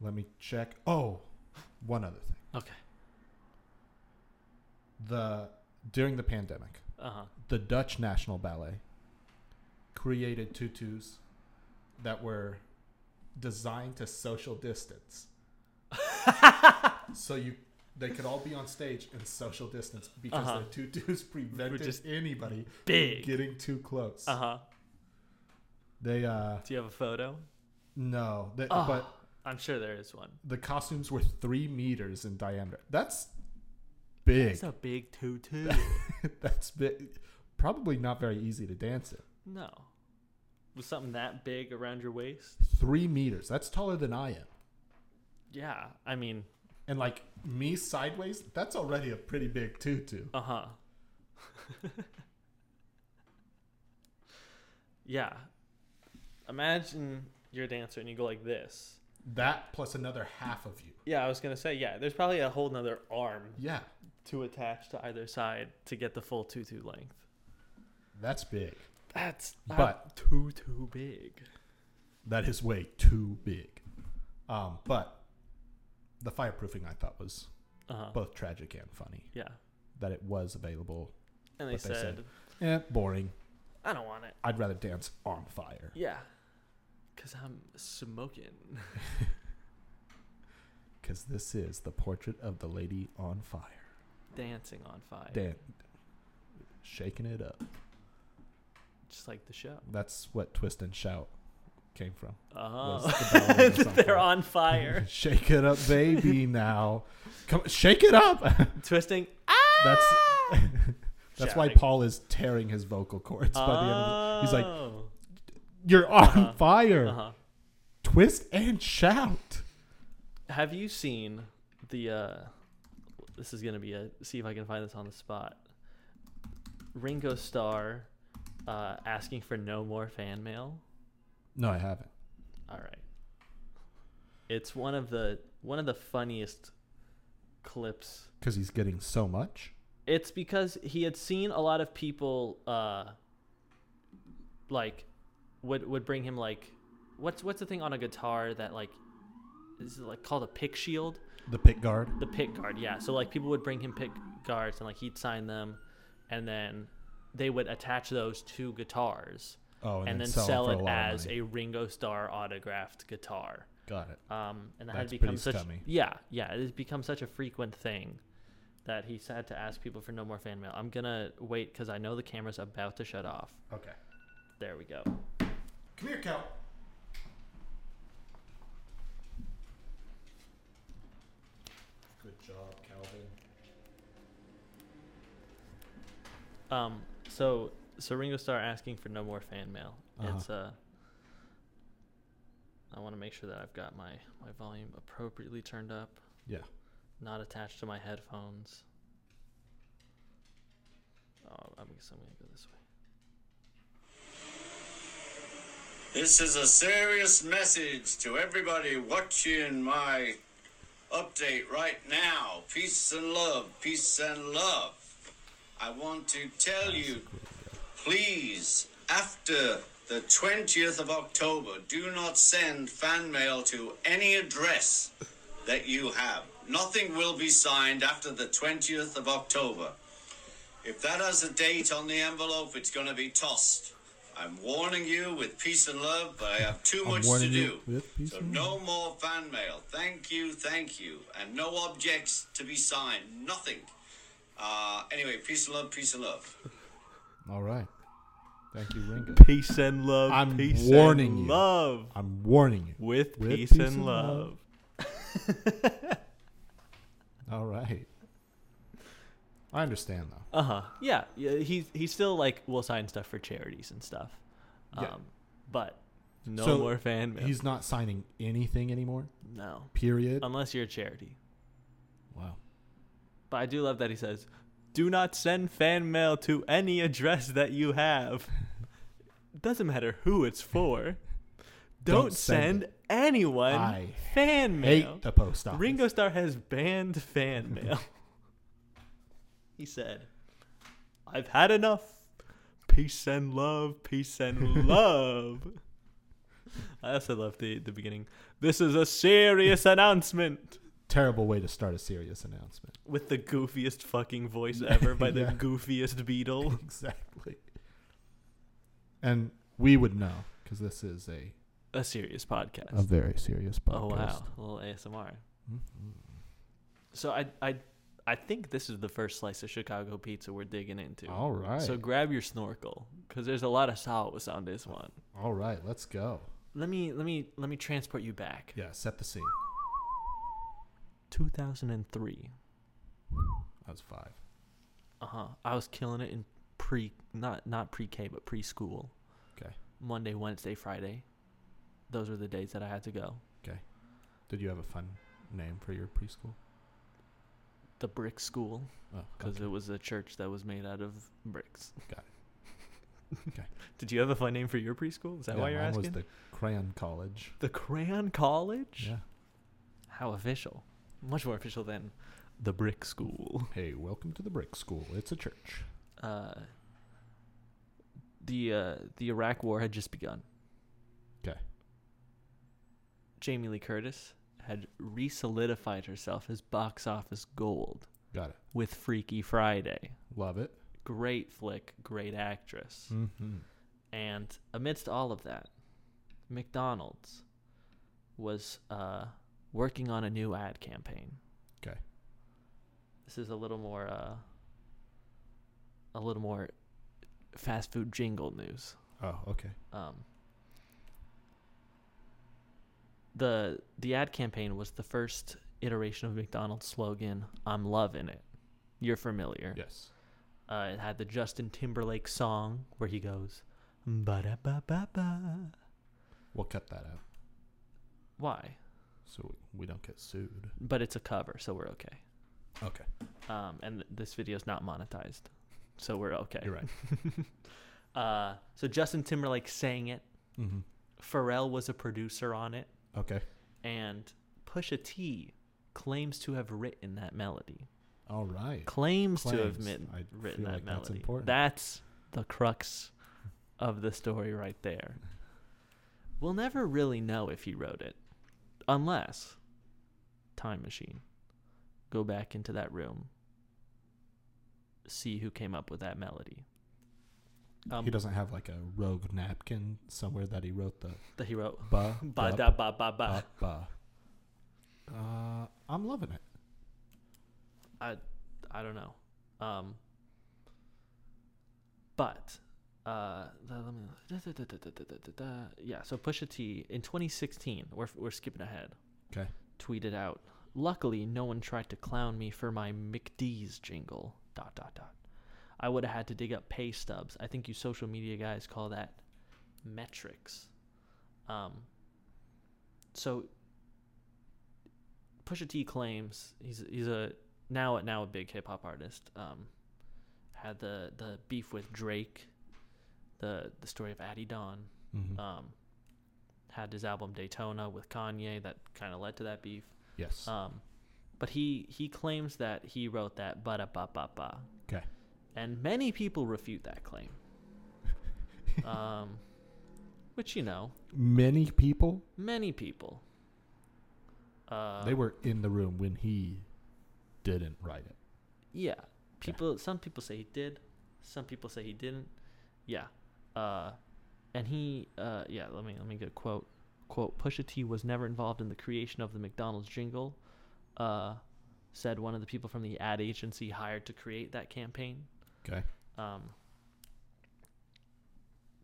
Speaker 1: Let me check. Oh, one other thing.
Speaker 2: Okay.
Speaker 1: The during the pandemic,
Speaker 2: Uh huh.
Speaker 1: the Dutch National Ballet created tutus that were designed to social distance.
Speaker 2: (laughs)
Speaker 1: so you they could all be on stage and social distance because
Speaker 2: Uh-huh.
Speaker 1: their tutus (laughs) prevented
Speaker 2: just
Speaker 1: anybody
Speaker 2: big.
Speaker 1: from getting too close.
Speaker 2: Uh huh.
Speaker 1: They uh
Speaker 2: Do you have a photo?
Speaker 1: no, they,
Speaker 2: Oh,
Speaker 1: Uh, but
Speaker 2: I'm sure there is one.
Speaker 1: the costumes were three meters in diameter. That's big.
Speaker 2: It's a big
Speaker 1: (laughs)
Speaker 2: tutu.
Speaker 1: That's big. Probably not very easy to dance in.
Speaker 2: no. Was something that big around your waist?
Speaker 1: Three meters. That's taller than I am.
Speaker 2: Yeah. I mean,
Speaker 1: And like me sideways, that's already a pretty big tutu.
Speaker 2: uh huh. (laughs) yeah. Imagine you're a dancer and you go like this.
Speaker 1: That plus another half of you.
Speaker 2: Yeah, I was gonna say yeah. There's probably a whole nother arm
Speaker 1: Yeah,
Speaker 2: to attach to either side to get the full tutu length.
Speaker 1: that's big.
Speaker 2: That's
Speaker 1: But-
Speaker 2: not too too big.
Speaker 1: That is way too big. Um, but the fireproofing I thought was
Speaker 2: Uh huh.
Speaker 1: both tragic and funny
Speaker 2: Yeah.
Speaker 1: that it was available.
Speaker 2: And they
Speaker 1: What they
Speaker 2: said,
Speaker 1: said. Eh, boring.
Speaker 2: I don't want it.
Speaker 1: I'd rather dance on fire.
Speaker 2: Yeah. Cause I'm smoking. (laughs)
Speaker 1: Because this is the portrait of the lady on fire.
Speaker 2: Dancing on fire.
Speaker 1: Dan- shaking it up.
Speaker 2: Just like the show.
Speaker 1: That's what Twist and Shout came from.
Speaker 2: Oh.
Speaker 1: (laughs) Was
Speaker 2: (laughs)
Speaker 1: the ballet or something.
Speaker 2: They're on
Speaker 1: (laughs)
Speaker 2: fire. (laughs)
Speaker 1: Shake it up, baby. Now, come shake it up. (laughs)
Speaker 2: Twisting.
Speaker 1: That's (laughs) that's why
Speaker 2: Shouting.
Speaker 1: Paul is tearing his vocal cords by the end. Of the, he's like,
Speaker 2: Oh.
Speaker 1: "You're on
Speaker 2: Uh-huh.
Speaker 1: fire!
Speaker 2: Uh-huh.
Speaker 1: Twist and shout!"
Speaker 2: Have you seen the? uh This is gonna be a. See if I can find this on the spot. Ringo Starr uh, asking for no more fan mail.
Speaker 1: No, I haven't.
Speaker 2: All right. It's one of the one of the funniest clips
Speaker 1: Because he's getting so much.
Speaker 2: It's because he had seen a lot of people uh like would would bring him like what's what's the thing on a guitar that like is it like called a pick shield?
Speaker 1: The pit guard.
Speaker 2: The pick guard, yeah. So like people would bring him pick guards and like he'd sign them and then they would attach those to guitars
Speaker 1: Oh,
Speaker 2: and, then,
Speaker 1: sell,
Speaker 2: sell
Speaker 1: it, for
Speaker 2: it
Speaker 1: a lot of
Speaker 2: as
Speaker 1: money.
Speaker 2: a Ringo Starr autographed guitar.
Speaker 1: Got it.
Speaker 2: Um, and that
Speaker 1: That's
Speaker 2: had
Speaker 1: pretty
Speaker 2: become such
Speaker 1: scummy.
Speaker 2: yeah, yeah, it has become such a frequent thing that he's had to ask people for no more fan mail. I'm gonna wait because I know the camera's about to shut off.
Speaker 1: Okay.
Speaker 2: There we go.
Speaker 1: Come here, Cal. Good job, Calvin.
Speaker 2: Um, so so Ringo Starr asking for no more fan mail.
Speaker 1: Uh-huh.
Speaker 2: It's uh, I want to make sure that I've got my my volume appropriately turned up,
Speaker 1: Yeah.
Speaker 2: not attached to my headphones. Oh, I guess I'm gonna go this way.
Speaker 3: This is a serious message to everybody watching my update right now. Peace and love, peace and love. I want to tell you, please, after the 20th of October, do not send fan mail to any address that you have. Nothing will be signed after the 20th of October. If that has a date on the envelope, it's going to be tossed. I'm warning you with peace and love, but I have too
Speaker 1: I'm
Speaker 3: much to
Speaker 1: warning you
Speaker 3: do.
Speaker 1: with peace
Speaker 3: so
Speaker 1: and
Speaker 3: no more fan mail. Thank you, thank you. And no objects to be signed. Nothing. Uh, anyway, peace and love, peace and love.
Speaker 1: All right. Thank you, Ringo.
Speaker 2: Peace and love.
Speaker 1: I'm peace and warning you.
Speaker 2: Love.
Speaker 1: I'm warning you.
Speaker 2: with,
Speaker 1: With
Speaker 2: peace,
Speaker 1: peace
Speaker 2: and,
Speaker 1: and
Speaker 2: love.
Speaker 1: love. All right. I understand though.
Speaker 2: Uh huh. Yeah. yeah. He he still like will sign stuff for charities and stuff. Um,
Speaker 1: Yeah.
Speaker 2: but no
Speaker 1: So,
Speaker 2: more fan mail.
Speaker 1: He's not signing anything anymore.
Speaker 2: no,
Speaker 1: Period.
Speaker 2: unless you're a charity.
Speaker 1: wow.
Speaker 2: But I do love that he says, "Do not send fan mail to any address that you have. (laughs) Doesn't matter who it's for.
Speaker 1: (laughs)
Speaker 2: Don't,
Speaker 1: Don't send
Speaker 2: send, anyone
Speaker 1: I
Speaker 2: fan mail."
Speaker 1: Hate the post office.
Speaker 2: Ringo Starr has banned
Speaker 1: (laughs)
Speaker 2: fan mail. he said, I've had enough. Peace and love, peace and love.
Speaker 1: (laughs)
Speaker 2: I also love the, the beginning. This is a serious announcement
Speaker 1: Terrible way to start a serious announcement.
Speaker 2: with the goofiest fucking voice
Speaker 1: (laughs)
Speaker 2: ever by the
Speaker 1: Yeah.
Speaker 2: goofiest Beatle.
Speaker 1: (laughs) Exactly. And we would know because this is a
Speaker 2: A serious podcast.
Speaker 1: a very serious podcast. Mm-hmm.
Speaker 2: oh, wow. A little ASMR. So I, I, I think this is the first slice of Chicago pizza we're digging into.
Speaker 1: All right.
Speaker 2: So grab your snorkel because there's a lot of sauce on this one.
Speaker 1: All right. Let's go.
Speaker 2: Let me let me let me transport you back.
Speaker 1: Yeah. Set the scene.
Speaker 2: 2003.
Speaker 1: That was five.
Speaker 2: Uh huh. I was killing it in pre not not pre K but preschool.
Speaker 1: Okay.
Speaker 2: Monday, Wednesday, Friday. Those were the days that I had to go.
Speaker 1: Okay. Did you have a fun name for your preschool?
Speaker 2: The brick school
Speaker 1: Oh,
Speaker 2: because
Speaker 1: okay.
Speaker 2: it was a church that was made out of bricks.
Speaker 1: Got
Speaker 2: (laughs)
Speaker 1: it. Okay.
Speaker 2: Did you have a fun name for your preschool? Is that
Speaker 1: Yeah,
Speaker 2: why you're
Speaker 1: mine
Speaker 2: asking?
Speaker 1: was the Crayon College.
Speaker 2: The Crayon College?
Speaker 1: Yeah.
Speaker 2: How official. Much more official than the Brick School.
Speaker 1: Hey, welcome to the Brick School. It's a church.
Speaker 2: Uh, the uh, the Iraq War had just begun.
Speaker 1: 'Kay.
Speaker 2: Jamie Lee Curtis had re-solidified herself as box office gold
Speaker 1: Got it.
Speaker 2: with Freaky Friday.
Speaker 1: Love it.
Speaker 2: Great flick, great actress.
Speaker 1: Mm-hmm.
Speaker 2: And amidst all of that, McDonald's was uh, working on a new ad campaign.
Speaker 1: 'Kay.
Speaker 2: This is a little more, uh, a little more fast food jingle news.
Speaker 1: Oh, okay.
Speaker 2: Um, the the ad campaign was the first iteration of McDonald's slogan "I'm loving it." You're familiar.
Speaker 1: Yes.
Speaker 2: Uh, it had the Justin Timberlake song where he goes, ba da ba ba ba.
Speaker 1: We'll cut that out
Speaker 2: Why?
Speaker 1: so we don't get sued.
Speaker 2: But it's a cover, so we're okay.
Speaker 1: Okay.
Speaker 2: Um, and th- this video is not monetized, so we're okay.
Speaker 1: You're right.
Speaker 2: Uh, so Justin Timberlake sang it.
Speaker 1: (laughs) mm-hmm.
Speaker 2: Pharrell was a producer on it,
Speaker 1: Okay.
Speaker 2: and Pusha T claims to have written that melody.
Speaker 1: All right.
Speaker 2: Claims, to have
Speaker 1: Claims.
Speaker 2: min-
Speaker 1: I feel
Speaker 2: written that
Speaker 1: like that's
Speaker 2: melody. That's,
Speaker 1: important.
Speaker 2: the crux of the story right there. We'll never really know if he wrote it, unless time machine, go back into that room, see who came up with that melody. Um,
Speaker 1: he doesn't have like a rogue napkin somewhere that he wrote
Speaker 2: (laughs)
Speaker 1: the
Speaker 2: that
Speaker 1: (laughs)
Speaker 2: he wrote.
Speaker 1: ba
Speaker 2: Ba
Speaker 1: bup,
Speaker 2: da ba ba ba.
Speaker 1: bup, ba. Uh, I'm loving it.
Speaker 2: I I don't know. Um but uh let let me da, da, da, da, da, da, da, da, da. yeah, so Pusha T in 2016, we're we're skipping ahead.
Speaker 1: 'Kay.
Speaker 2: Tweeted out, "Luckily no one tried to clown me for my McD's jingle." dot dot dot. I would have had to dig up pay stubs. I think you social media guys call that metrics. Um so Pusha T claims he's he's a now now a big hip hop artist. Um, had the the beef with Drake, the the story of Addie Don.
Speaker 1: Mhm.
Speaker 2: Um, had his album Daytona with Kanye that kind of led to that beef.
Speaker 1: yes. (laughs)
Speaker 2: Um, but he he claims that he wrote that ba da ba ba ba,
Speaker 1: okay.
Speaker 2: and many people refute that
Speaker 1: (laughs)
Speaker 2: claim. um, which you know,
Speaker 1: Many people
Speaker 2: many people. Uh,
Speaker 1: they were in the room when he didn't write it.
Speaker 2: Yeah. People some people say he did, some people say he didn't. Yeah. Uh and he uh yeah, let me let me get a quote. Quote Pusha T was never involved in the creation of the McDonald's jingle, uh said one of the people from the ad agency hired to create that campaign.
Speaker 1: Okay.
Speaker 2: Um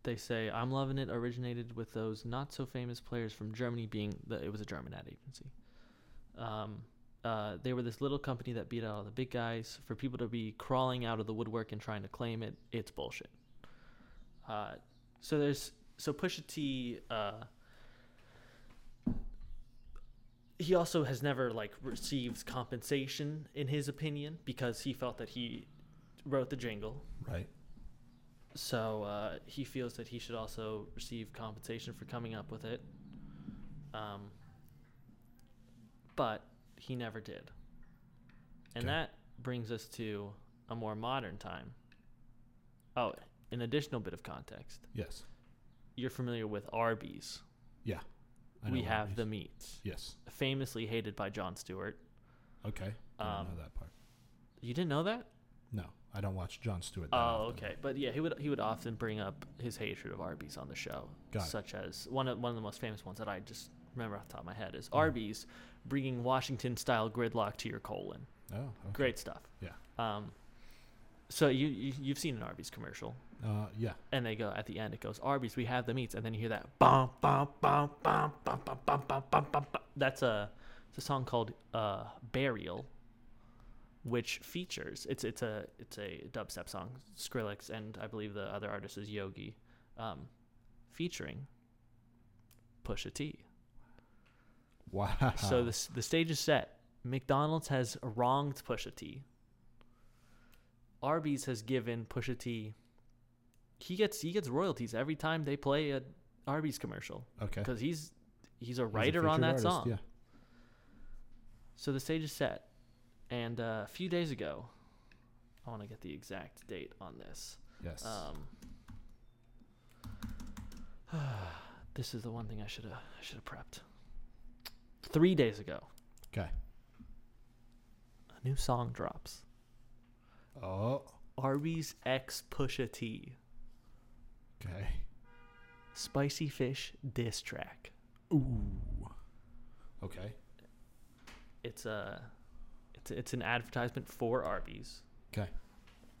Speaker 2: they say I'm loving it originated with those not so famous players from Germany being the it was a German ad agency. Um uh, they were this little company that beat out all the big guys. For people to be crawling out of the woodwork and trying to claim it, it's bullshit. Uh, so there's so Pusha T. Uh, he also has never like received compensation in his opinion because he felt that he wrote the jingle
Speaker 1: Right.
Speaker 2: so uh, he feels that he should also receive compensation for coming up with it. Um, but he never did. And
Speaker 1: Okay.
Speaker 2: that brings us to a more modern time. Oh, an additional bit of context.
Speaker 1: Yes.
Speaker 2: You're familiar with Arby's.
Speaker 1: Yeah. I
Speaker 2: we
Speaker 1: know what
Speaker 2: have
Speaker 1: it
Speaker 2: the
Speaker 1: means.
Speaker 2: meats.
Speaker 1: Yes.
Speaker 2: Famously hated by John Stewart.
Speaker 1: Okay. I
Speaker 2: Um,
Speaker 1: don't know that part.
Speaker 2: You didn't know that?
Speaker 1: No, I don't watch John Stewart. that
Speaker 2: Oh,
Speaker 1: often.
Speaker 2: okay. But yeah, he would he would often bring up his hatred of Arby's on the show,
Speaker 1: Got it.
Speaker 2: such as one of one of the most famous ones that I just remember off the top of my head
Speaker 1: Mm-hmm.
Speaker 2: is Arby's bringing Washington style gridlock to your colon.
Speaker 1: Oh, okay.
Speaker 2: Great stuff.
Speaker 1: Yeah.
Speaker 2: Um, so you, you you've seen an Arby's commercial,
Speaker 1: Uh, yeah.
Speaker 2: and they go at the end it goes Arby's, we have the meats, and then you hear that bum bum bum bum bum bum bum bum bum bum. bum. That's a it's a song called uh, Burial which features it's it's a it's a dubstep song, Skrillex, and I believe the other artist is Yogi, um, featuring Pusha T.
Speaker 1: Wow.
Speaker 2: So the s- the stage is set. McDonald's has wronged Pusha T. Arby's has given Pusha T. He gets he gets royalties every time they play a Arby's commercial
Speaker 1: (laughs) okay. He's
Speaker 2: because he's he's a
Speaker 1: a
Speaker 2: writer on
Speaker 1: featured
Speaker 2: that
Speaker 1: artist,
Speaker 2: song.
Speaker 1: Yeah.
Speaker 2: So the stage is set, and uh, a few days ago, I want to get the exact date on this.
Speaker 1: Yes.
Speaker 2: Um, (sighs) this is the one thing I should have I should have prepped. Three days ago,
Speaker 1: okay.
Speaker 2: a new song drops.
Speaker 1: Oh.
Speaker 2: Arby's X Pusha T,
Speaker 1: Okay.
Speaker 2: Spicy Fish diss track.
Speaker 1: Ooh. Okay.
Speaker 2: It's a, it's it's an advertisement for Arby's
Speaker 1: Okay.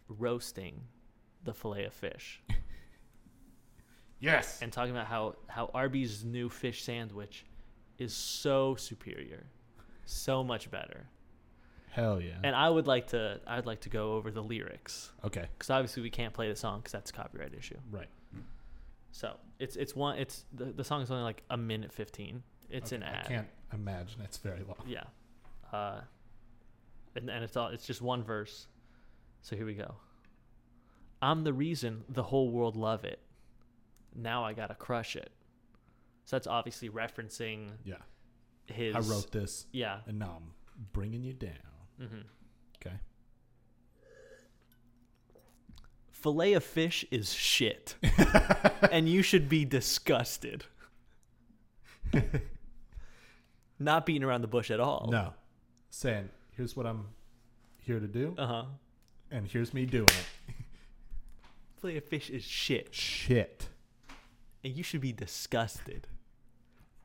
Speaker 2: roasting the fillet of fish.
Speaker 1: Yes.
Speaker 2: and talking about how how Arby's new fish sandwich is so superior, so much better.
Speaker 1: Hell yeah.
Speaker 2: And I would like to I'd like to go over the lyrics
Speaker 1: okay.
Speaker 2: because obviously we can't play the song because that's a copyright issue.
Speaker 1: Right.
Speaker 2: So it's it's one it's the the song is only like a minute fifteen. It's
Speaker 1: Okay,
Speaker 2: an
Speaker 1: I
Speaker 2: ad.
Speaker 1: can't imagine. It's very long.
Speaker 2: Yeah. Uh, and, and it's all it's just one verse. So here we go. I'm the reason the whole world love it. Now I gotta crush it. So that's obviously referencing
Speaker 1: Yeah.
Speaker 2: his.
Speaker 1: I wrote this,
Speaker 2: Yeah.
Speaker 1: and now I'm bringing you down.
Speaker 2: hmm
Speaker 1: Okay.
Speaker 2: Filet of fish is
Speaker 1: (laughs)
Speaker 2: shit, and you should be disgusted. Not beating around the bush at all.
Speaker 1: No. Saying here's what I'm here to do,
Speaker 2: Uh huh.
Speaker 1: and here's me doing it.
Speaker 2: Filet of fish is shit.
Speaker 1: Shit.
Speaker 2: and you should be disgusted.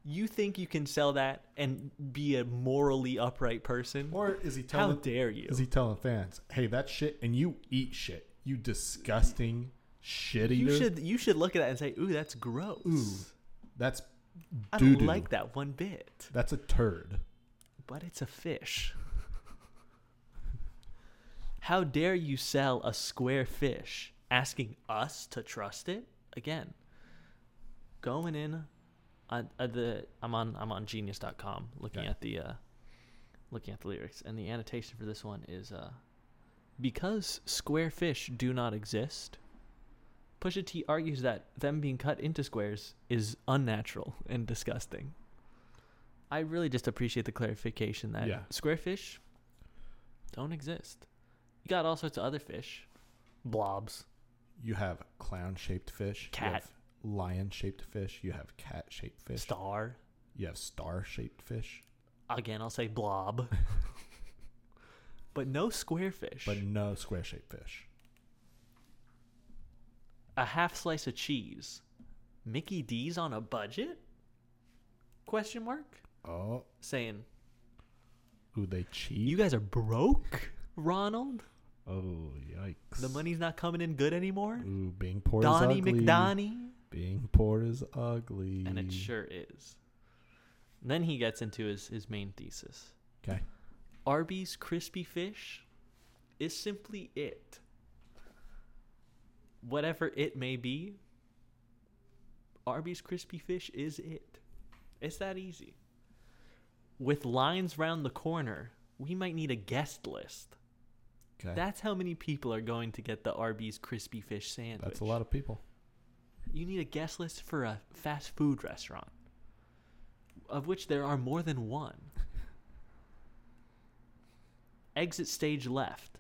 Speaker 2: You think you can sell that and be a morally upright person?
Speaker 1: Or is he
Speaker 2: How
Speaker 1: telling?
Speaker 2: dare you?
Speaker 1: Is he telling fans, "Hey, that shit, and you eat shit, you disgusting shit eater.
Speaker 2: You should you should look at that and say, "Ooh, that's gross.
Speaker 1: That's
Speaker 2: I
Speaker 1: doo
Speaker 2: don't like that one bit."
Speaker 1: That's a turd.
Speaker 2: But it's a fish. How dare you sell a square fish asking us to trust it? Again, going in on uh, the I'm on I'm on genius.com looking
Speaker 1: Okay.
Speaker 2: at the uh, looking at the lyrics and the annotation for this one is uh, because square fish do not exist. Pusha T argues that them being cut into squares is unnatural and disgusting. I really just appreciate the clarification that
Speaker 1: Yeah.
Speaker 2: square fish don't exist. You got all sorts of other fish, blobs.
Speaker 1: You have clown-shaped fish. You
Speaker 2: Cat.
Speaker 1: have lion-shaped fish. You have cat-shaped fish.
Speaker 2: Star.
Speaker 1: You have star-shaped fish,
Speaker 2: Again, I'll say blob. but no square fish.
Speaker 1: but no square-shaped fish.
Speaker 2: a half slice of cheese. Mickey D's on a budget? Question mark?
Speaker 1: Oh,
Speaker 2: Saying,
Speaker 1: ooh, they cheat.
Speaker 2: you guys are broke, Ronald?
Speaker 1: oh, yikes.
Speaker 2: The money's not coming in good anymore?
Speaker 1: Ooh, being poor is
Speaker 2: Donnie
Speaker 1: ugly.
Speaker 2: McDonnie?
Speaker 1: Being poor is ugly.
Speaker 2: And it sure is. Then he gets into his, his main thesis.
Speaker 1: Okay.
Speaker 2: Arby's crispy fish is simply it. Whatever it may be, Arby's crispy fish is it. It's that easy. With lines round the corner, we might need a guest list.
Speaker 1: Okay.
Speaker 2: That's how many people are going to get the Arby's crispy fish sandwich.
Speaker 1: That's a lot of people.
Speaker 2: You need a guest list for a fast food restaurant, of which there are more than one. Exit stage left.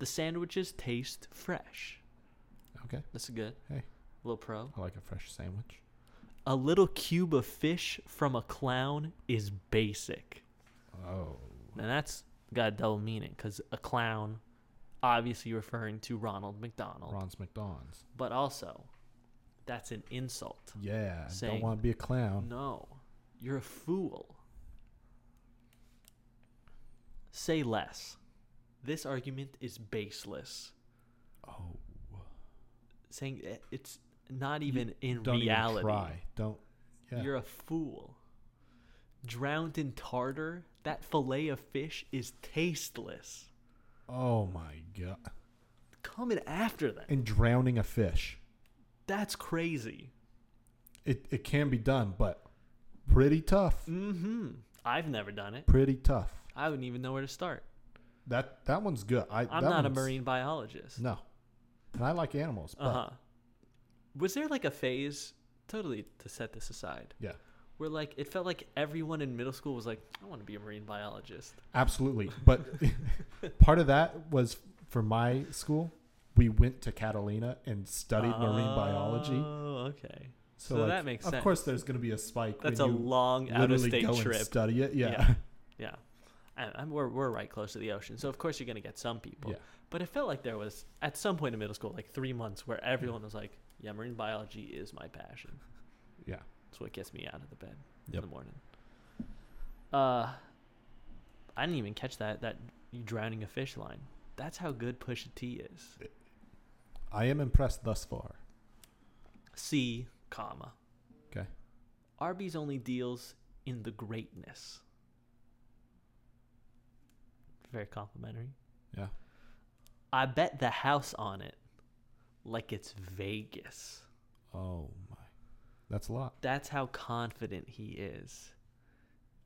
Speaker 2: The sandwiches taste fresh.
Speaker 1: Okay.
Speaker 2: This is good.
Speaker 1: Hey,
Speaker 2: little pro.
Speaker 1: I like a fresh sandwich.
Speaker 2: A little cube of fish from a clown is basic.
Speaker 1: Oh.
Speaker 2: And that's got a double meaning because a clown, obviously referring to Ronald McDonald,
Speaker 1: Ron's McDonald's.
Speaker 2: but also that's an insult.
Speaker 1: Yeah.
Speaker 2: Saying-
Speaker 1: don't want to be a clown.
Speaker 2: No, you're a fool. Say less. This argument is baseless.
Speaker 1: Oh.
Speaker 2: Saying it- it's not even in
Speaker 1: Don't
Speaker 2: reality.
Speaker 1: even try. Don't. Yeah.
Speaker 2: You're a fool. Drowned in tartar, that fillet of fish is tasteless.
Speaker 1: oh my god.
Speaker 2: Coming after that.
Speaker 1: And drowning a fish.
Speaker 2: That's crazy.
Speaker 1: It it can be done, but pretty tough.
Speaker 2: Mm-hmm. I've never done it.
Speaker 1: Pretty tough.
Speaker 2: I wouldn't even know where to start.
Speaker 1: That that one's good. I that
Speaker 2: I'm not a
Speaker 1: one's-
Speaker 2: marine biologist.
Speaker 1: No. And I like animals, but
Speaker 2: Uh huh. Was there like a phase, totally to set this aside,
Speaker 1: yeah.
Speaker 2: where like it felt like everyone in middle school was like, I want to be a marine biologist.
Speaker 1: Absolutely. But (laughs) part of that was for my school, we went to Catalina and studied marine biology.
Speaker 2: Oh, okay.
Speaker 1: So,
Speaker 2: So,
Speaker 1: like,
Speaker 2: that makes
Speaker 1: of
Speaker 2: sense.
Speaker 1: course there's going to be a spike
Speaker 2: That's
Speaker 1: when
Speaker 2: a
Speaker 1: you
Speaker 2: long out of
Speaker 1: literally
Speaker 2: state
Speaker 1: go
Speaker 2: trip.
Speaker 1: and study it. Yeah. (laughs)
Speaker 2: Yeah. yeah. And I'm, we're, we're right close to the ocean. So, of course, you're going to get some people.
Speaker 1: Yeah.
Speaker 2: But it felt like there was, at some point in middle school, like three months
Speaker 1: Mm-hmm.
Speaker 2: where everyone was like, yeah, marine biology is my passion.
Speaker 1: Yeah.
Speaker 2: It's what gets me out of the bed
Speaker 1: Yep.
Speaker 2: in the morning. Uh, I didn't even catch that that you drowning a fish line. That's how good Pusha T is.
Speaker 1: I am impressed thus far.
Speaker 2: C, comma.
Speaker 1: Okay.
Speaker 2: Arby's only deals in the greatness. Very complimentary.
Speaker 1: Yeah.
Speaker 2: I bet the house on it, like it's Vegas.
Speaker 1: Oh my. That's a lot.
Speaker 2: That's how confident he is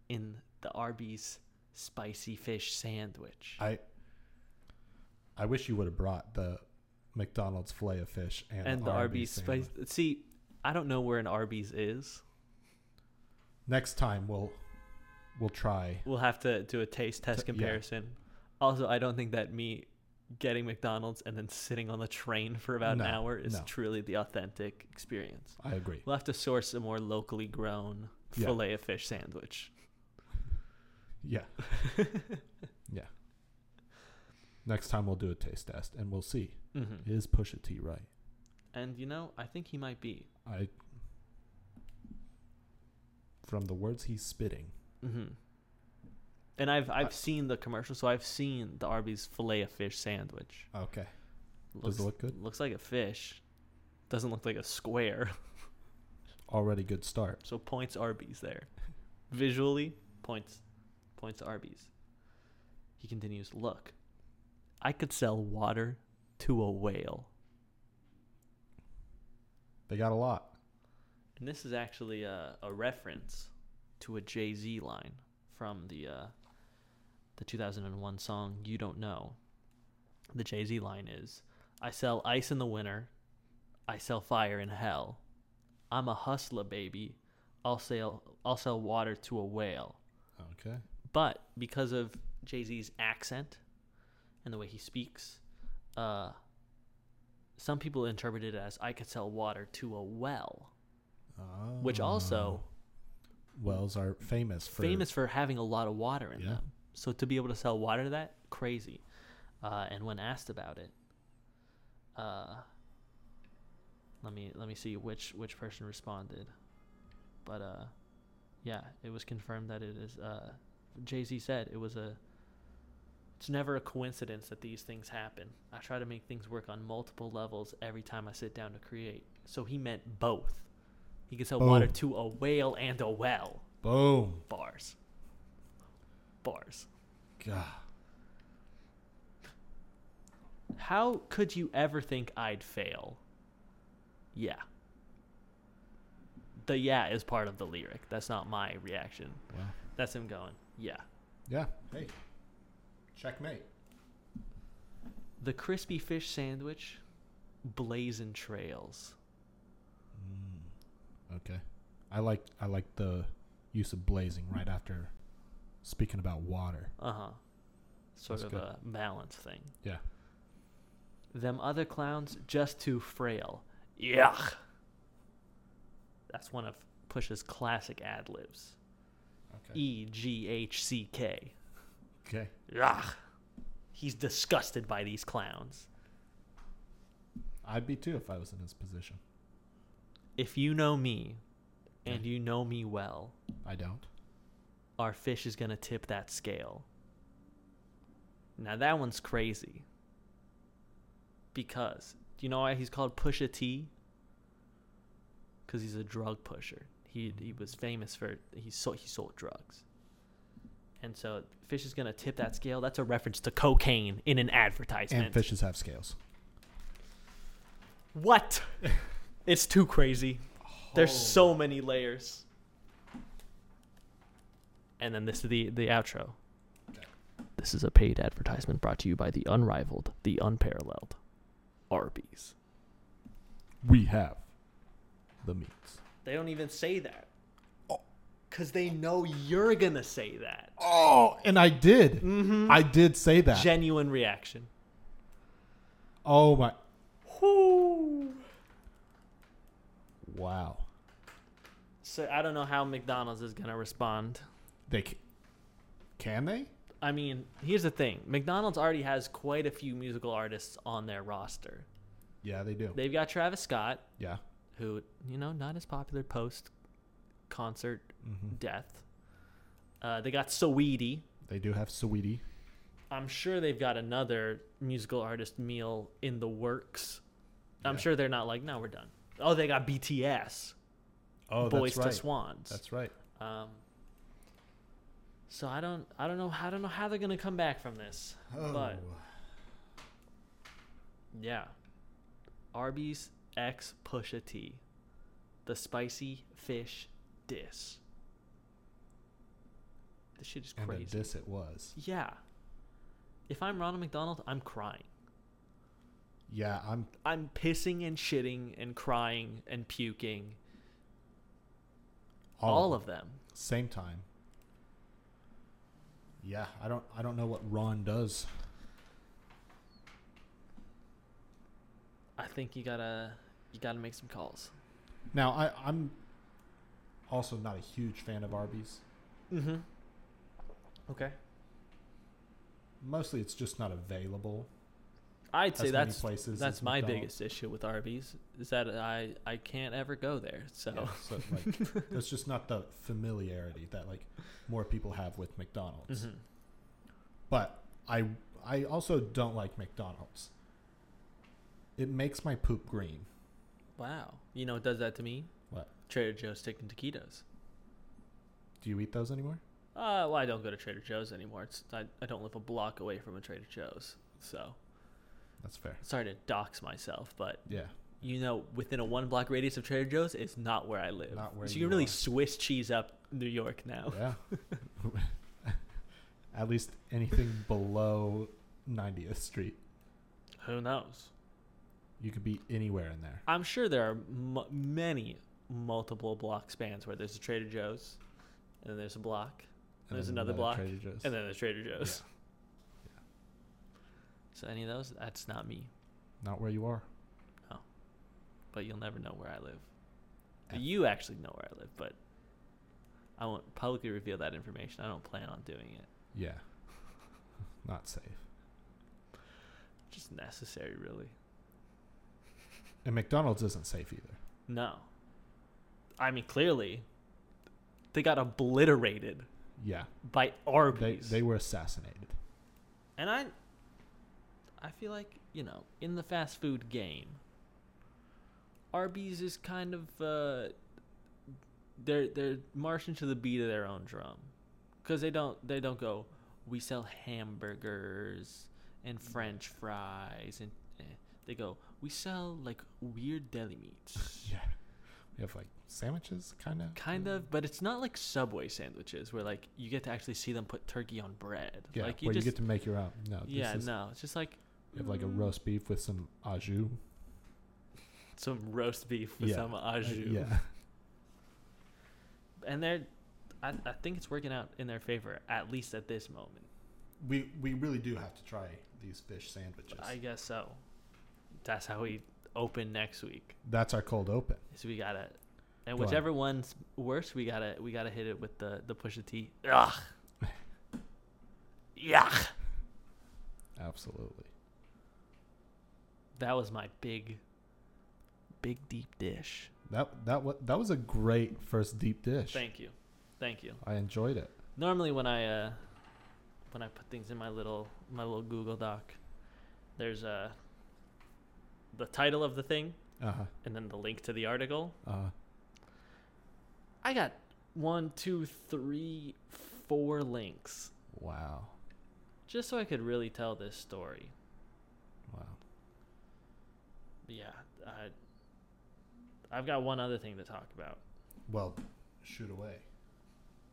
Speaker 2: in the Arby's spicy fish sandwich.
Speaker 1: I I wish you would have brought the McDonald's fillet of fish and,
Speaker 2: and the Arby's
Speaker 1: sandwich.
Speaker 2: spice. See, I don't know where an Arby's is.
Speaker 1: Next time we'll we'll try.
Speaker 2: We'll have to do a taste test
Speaker 1: T- yeah.
Speaker 2: comparison. Also, I don't think that me getting McDonald's and then sitting on the train for about
Speaker 1: No,
Speaker 2: an hour is
Speaker 1: no.
Speaker 2: truly the authentic experience.
Speaker 1: I agree.
Speaker 2: We'll have to source a more locally grown
Speaker 1: Yeah.
Speaker 2: fillet of fish sandwich. (laughs)
Speaker 1: Yeah. yeah. Next time we'll do a taste test and we'll see.
Speaker 2: hmm
Speaker 1: Is Pusha T right?
Speaker 2: And you know, I think he might be.
Speaker 1: I from the words he's spitting.
Speaker 2: hmm And I've I've
Speaker 1: Mm-hmm. I-
Speaker 2: seen the commercial, so I've seen the Arby's fillet of fish sandwich.
Speaker 1: Okay.
Speaker 2: Looks,
Speaker 1: Does it look good?
Speaker 2: Looks like a fish. Doesn't look like a square. (laughs)
Speaker 1: Already good start.
Speaker 2: So points Arby's there. Visually, points points Arby's. He continues, "Look, I could sell water to a whale."
Speaker 1: They got a lot.
Speaker 2: And this is actually a, a reference to a Jay-Z line from the uh, the 2001 song "You Don't Know." The Jay-Z line is, "I sell ice in the winter, I sell fire in hell. I'm a hustler, baby. I'll sell I'll sell water to a whale."
Speaker 1: Okay.
Speaker 2: But because of Jay Z's accent and the way he speaks, uh, some people interpret it as I could sell water to a well, which
Speaker 1: Ah.
Speaker 2: also
Speaker 1: Wells are famous for
Speaker 2: famous for having a lot of water in
Speaker 1: Yeah.
Speaker 2: them. So to be able to sell water to that, crazy. Uh, and when asked about it, uh, let me let me see which which person responded, but uh, yeah, it was confirmed that it is. Uh, Jay Z said it was a. It's never a coincidence that these things happen. I try to make things work on multiple levels every time I sit down to create. So he meant both. He could sell water
Speaker 1: Boom.
Speaker 2: to a whale and a well
Speaker 1: Boom.
Speaker 2: bars. Bars.
Speaker 1: God.
Speaker 2: How could you ever think I'd fail? Yeah. The yeah is part of the lyric. That's not my reaction.
Speaker 1: Wow.
Speaker 2: That's him going, yeah.
Speaker 1: Yeah. Hey. Checkmate.
Speaker 2: The crispy fish sandwich, blazing trails.
Speaker 1: Okay. I like I like the use of blazing right after speaking about water.
Speaker 2: Uh huh. Sort
Speaker 1: That's
Speaker 2: of
Speaker 1: good.
Speaker 2: a balance thing.
Speaker 1: Yeah.
Speaker 2: Them other clowns just too frail. Yuck. That's one of Push's classic ad libs.
Speaker 1: Okay.
Speaker 2: E G H C K.
Speaker 1: Okay.
Speaker 2: Yuck. He's disgusted by these clowns.
Speaker 1: I'd be too if I was in his position.
Speaker 2: If you know me, and you know me well,
Speaker 1: I don't.
Speaker 2: our fish is gonna tip that scale. Now that one's crazy. Because do you know why he's called Pusha T? Because he's a drug pusher. He he was famous for he sold he sold drugs. And so fish is gonna tip that scale. That's a reference to cocaine in an advertisement.
Speaker 1: And fishes have scales.
Speaker 2: What? it's too crazy. There's so many layers. And then this is the the outro. This is a paid advertisement brought to you by the unrivaled, the unparalleled Arby's.
Speaker 1: We have the meats.
Speaker 2: They don't even say that. Cuz they know you're going to say that.
Speaker 1: Oh, and I did.
Speaker 2: Mm-hmm.
Speaker 1: I did say that.
Speaker 2: Genuine reaction.
Speaker 1: oh my.
Speaker 2: Whoo.
Speaker 1: Wow.
Speaker 2: So I don't know how McDonald's is going to respond.
Speaker 1: They c- can they?
Speaker 2: I mean, here's the thing. McDonald's already has quite a few musical artists on their roster.
Speaker 1: Yeah, they do.
Speaker 2: They've got Travis Scott,
Speaker 1: yeah.
Speaker 2: who you know not as popular post concert
Speaker 1: Mm-hmm.
Speaker 2: death. Uh, they got Saweetie.
Speaker 1: They do have Sweetie.
Speaker 2: I'm sure they've got another musical artist meal in the works. I'm
Speaker 1: Yeah.
Speaker 2: sure they're not like, no, we're done. Oh, they got BTS,
Speaker 1: Oh,
Speaker 2: Boys to Swans.
Speaker 1: That's right.
Speaker 2: um, so I don't, I don't know, I don't know how they're gonna come back from this.
Speaker 1: Oh,
Speaker 2: But yeah, Arby's X Pusha T, the spicy fish diss. This shit is
Speaker 1: and
Speaker 2: crazy.
Speaker 1: a diss it was.
Speaker 2: Yeah. If I'm Ronald McDonald, I'm crying.
Speaker 1: Yeah, I'm.
Speaker 2: I'm pissing and shitting and crying and puking.
Speaker 1: All,
Speaker 2: all
Speaker 1: of
Speaker 2: of them.
Speaker 1: same time. Yeah, I don't I don't know what Ron does.
Speaker 2: I think you gotta you gotta make some calls.
Speaker 1: Now I I'm also not a huge fan of Arby's.
Speaker 2: Mm-hmm. Okay.
Speaker 1: Mostly it's just not available.
Speaker 2: I'd say
Speaker 1: As many
Speaker 2: that's
Speaker 1: places
Speaker 2: that's
Speaker 1: as
Speaker 2: my
Speaker 1: McDonald's.
Speaker 2: biggest issue with Arby's is that I I can't ever go there. So
Speaker 1: Yeah, so
Speaker 2: (laughs)
Speaker 1: like that's just not the familiarity that like more people have with McDonald's.
Speaker 2: Mhm.
Speaker 1: But I I also don't like McDonald's. It makes my poop green.
Speaker 2: wow, you know, it does that to me.
Speaker 1: What?
Speaker 2: Trader Joe's chicken taquitos.
Speaker 1: Do you eat those anymore?
Speaker 2: Uh, well, I don't go to Trader Joe's anymore. It's I, I don't live a block away from a Trader Joe's, so
Speaker 1: That's fair.
Speaker 2: sorry to dox myself, but
Speaker 1: Yeah.
Speaker 2: you know, within a one block radius of Trader Joe's is not where I live.
Speaker 1: Not where
Speaker 2: so
Speaker 1: you
Speaker 2: you can really
Speaker 1: are.
Speaker 2: Swiss cheese up New York now.
Speaker 1: Yeah. (laughs) At least anything below 90th Street.
Speaker 2: (laughs) Who knows?
Speaker 1: You could be anywhere in there.
Speaker 2: I'm sure there are m- many multiple block spans where there's a Trader Joe's, and then there's a block, and
Speaker 1: And
Speaker 2: there's
Speaker 1: then
Speaker 2: another,
Speaker 1: another
Speaker 2: block,
Speaker 1: Trader Joe's.
Speaker 2: and then there's Trader Joe's. So any of those, that's not me.
Speaker 1: Not where you are.
Speaker 2: But you'll never know where I live.
Speaker 1: Yeah.
Speaker 2: You actually know where I live, but I won't publicly reveal that information. I don't plan on doing it.
Speaker 1: Yeah. (laughs) Not safe.
Speaker 2: Just necessary, really.
Speaker 1: And McDonald's isn't safe either.
Speaker 2: No. I mean, clearly, they got obliterated
Speaker 1: Yeah.
Speaker 2: by
Speaker 1: They,
Speaker 2: Arby's.
Speaker 1: they were assassinated.
Speaker 2: and I, I feel like you know, in the fast food game, Arby's is kind of uh, they're they're marching to the beat of their own drum, because they don't they don't go, we sell hamburgers and French fries, and eh, they go, we sell like weird deli meats.
Speaker 1: Yeah. We have like sandwiches, kind of.
Speaker 2: Kind of, but it's not like Subway sandwiches where like you get to actually see them put turkey on bread.
Speaker 1: Yeah,
Speaker 2: like
Speaker 1: where you get to make your own. No, this
Speaker 2: yeah,
Speaker 1: is,
Speaker 2: no, it's just like
Speaker 1: You have like a roast beef with some au jus.
Speaker 2: some roast beef with
Speaker 1: Yeah,
Speaker 2: some au
Speaker 1: Uh,
Speaker 2: jus.
Speaker 1: Yeah.
Speaker 2: and they're, I, I think it's working out in their favor at least at this moment.
Speaker 1: We we really do have to try these fish sandwiches.
Speaker 2: I guess so. That's how we open next week.
Speaker 1: That's our cold open.
Speaker 2: Is we gotta, and
Speaker 1: Go on.
Speaker 2: whichever one's worse, we gotta we gotta hit it with the the push of T.
Speaker 1: (laughs)
Speaker 2: Ugh. Yeah.
Speaker 1: Absolutely.
Speaker 2: That was my big, big deep dish.
Speaker 1: That that was that was a great first deep dish.
Speaker 2: Thank you, thank you.
Speaker 1: I enjoyed it.
Speaker 2: normally when I uh, when I put things in my little my little Google Doc, there's uh, the title of the thing
Speaker 1: Uh huh.
Speaker 2: and then the link to the article.
Speaker 1: Uh
Speaker 2: I got one, two, three, four links
Speaker 1: wow.
Speaker 2: just so I could really tell this story.
Speaker 1: Wow.
Speaker 2: But yeah, I, I've got one other thing to talk about.
Speaker 1: Well, shoot away.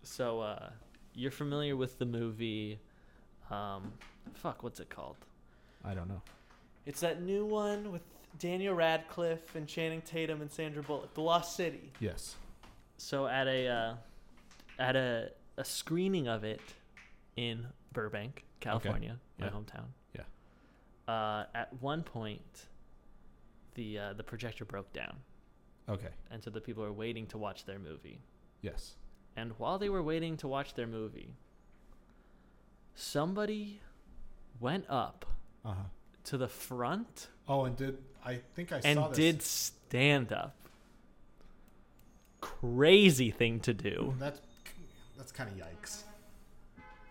Speaker 2: So uh, you're familiar with the movie, um, fuck, what's it called?
Speaker 1: I don't know.
Speaker 2: It's that new one with Daniel Radcliffe and Channing Tatum and Sandra Bullock, The Lost City.
Speaker 1: Yes.
Speaker 2: So at a uh, at a, a screening of it in Burbank, California,
Speaker 1: Yeah.
Speaker 2: my hometown.
Speaker 1: Yeah.
Speaker 2: Uh, at one point, the uh, the projector broke down,
Speaker 1: Okay.
Speaker 2: and so the people were waiting to watch their movie.
Speaker 1: Yes.
Speaker 2: And while they were waiting to watch their movie, somebody went up
Speaker 1: Uh huh.
Speaker 2: to the front
Speaker 1: Oh, and did I think I saw
Speaker 2: and
Speaker 1: this.
Speaker 2: did stand up. Crazy thing to do.
Speaker 1: that's that's kind of yikes.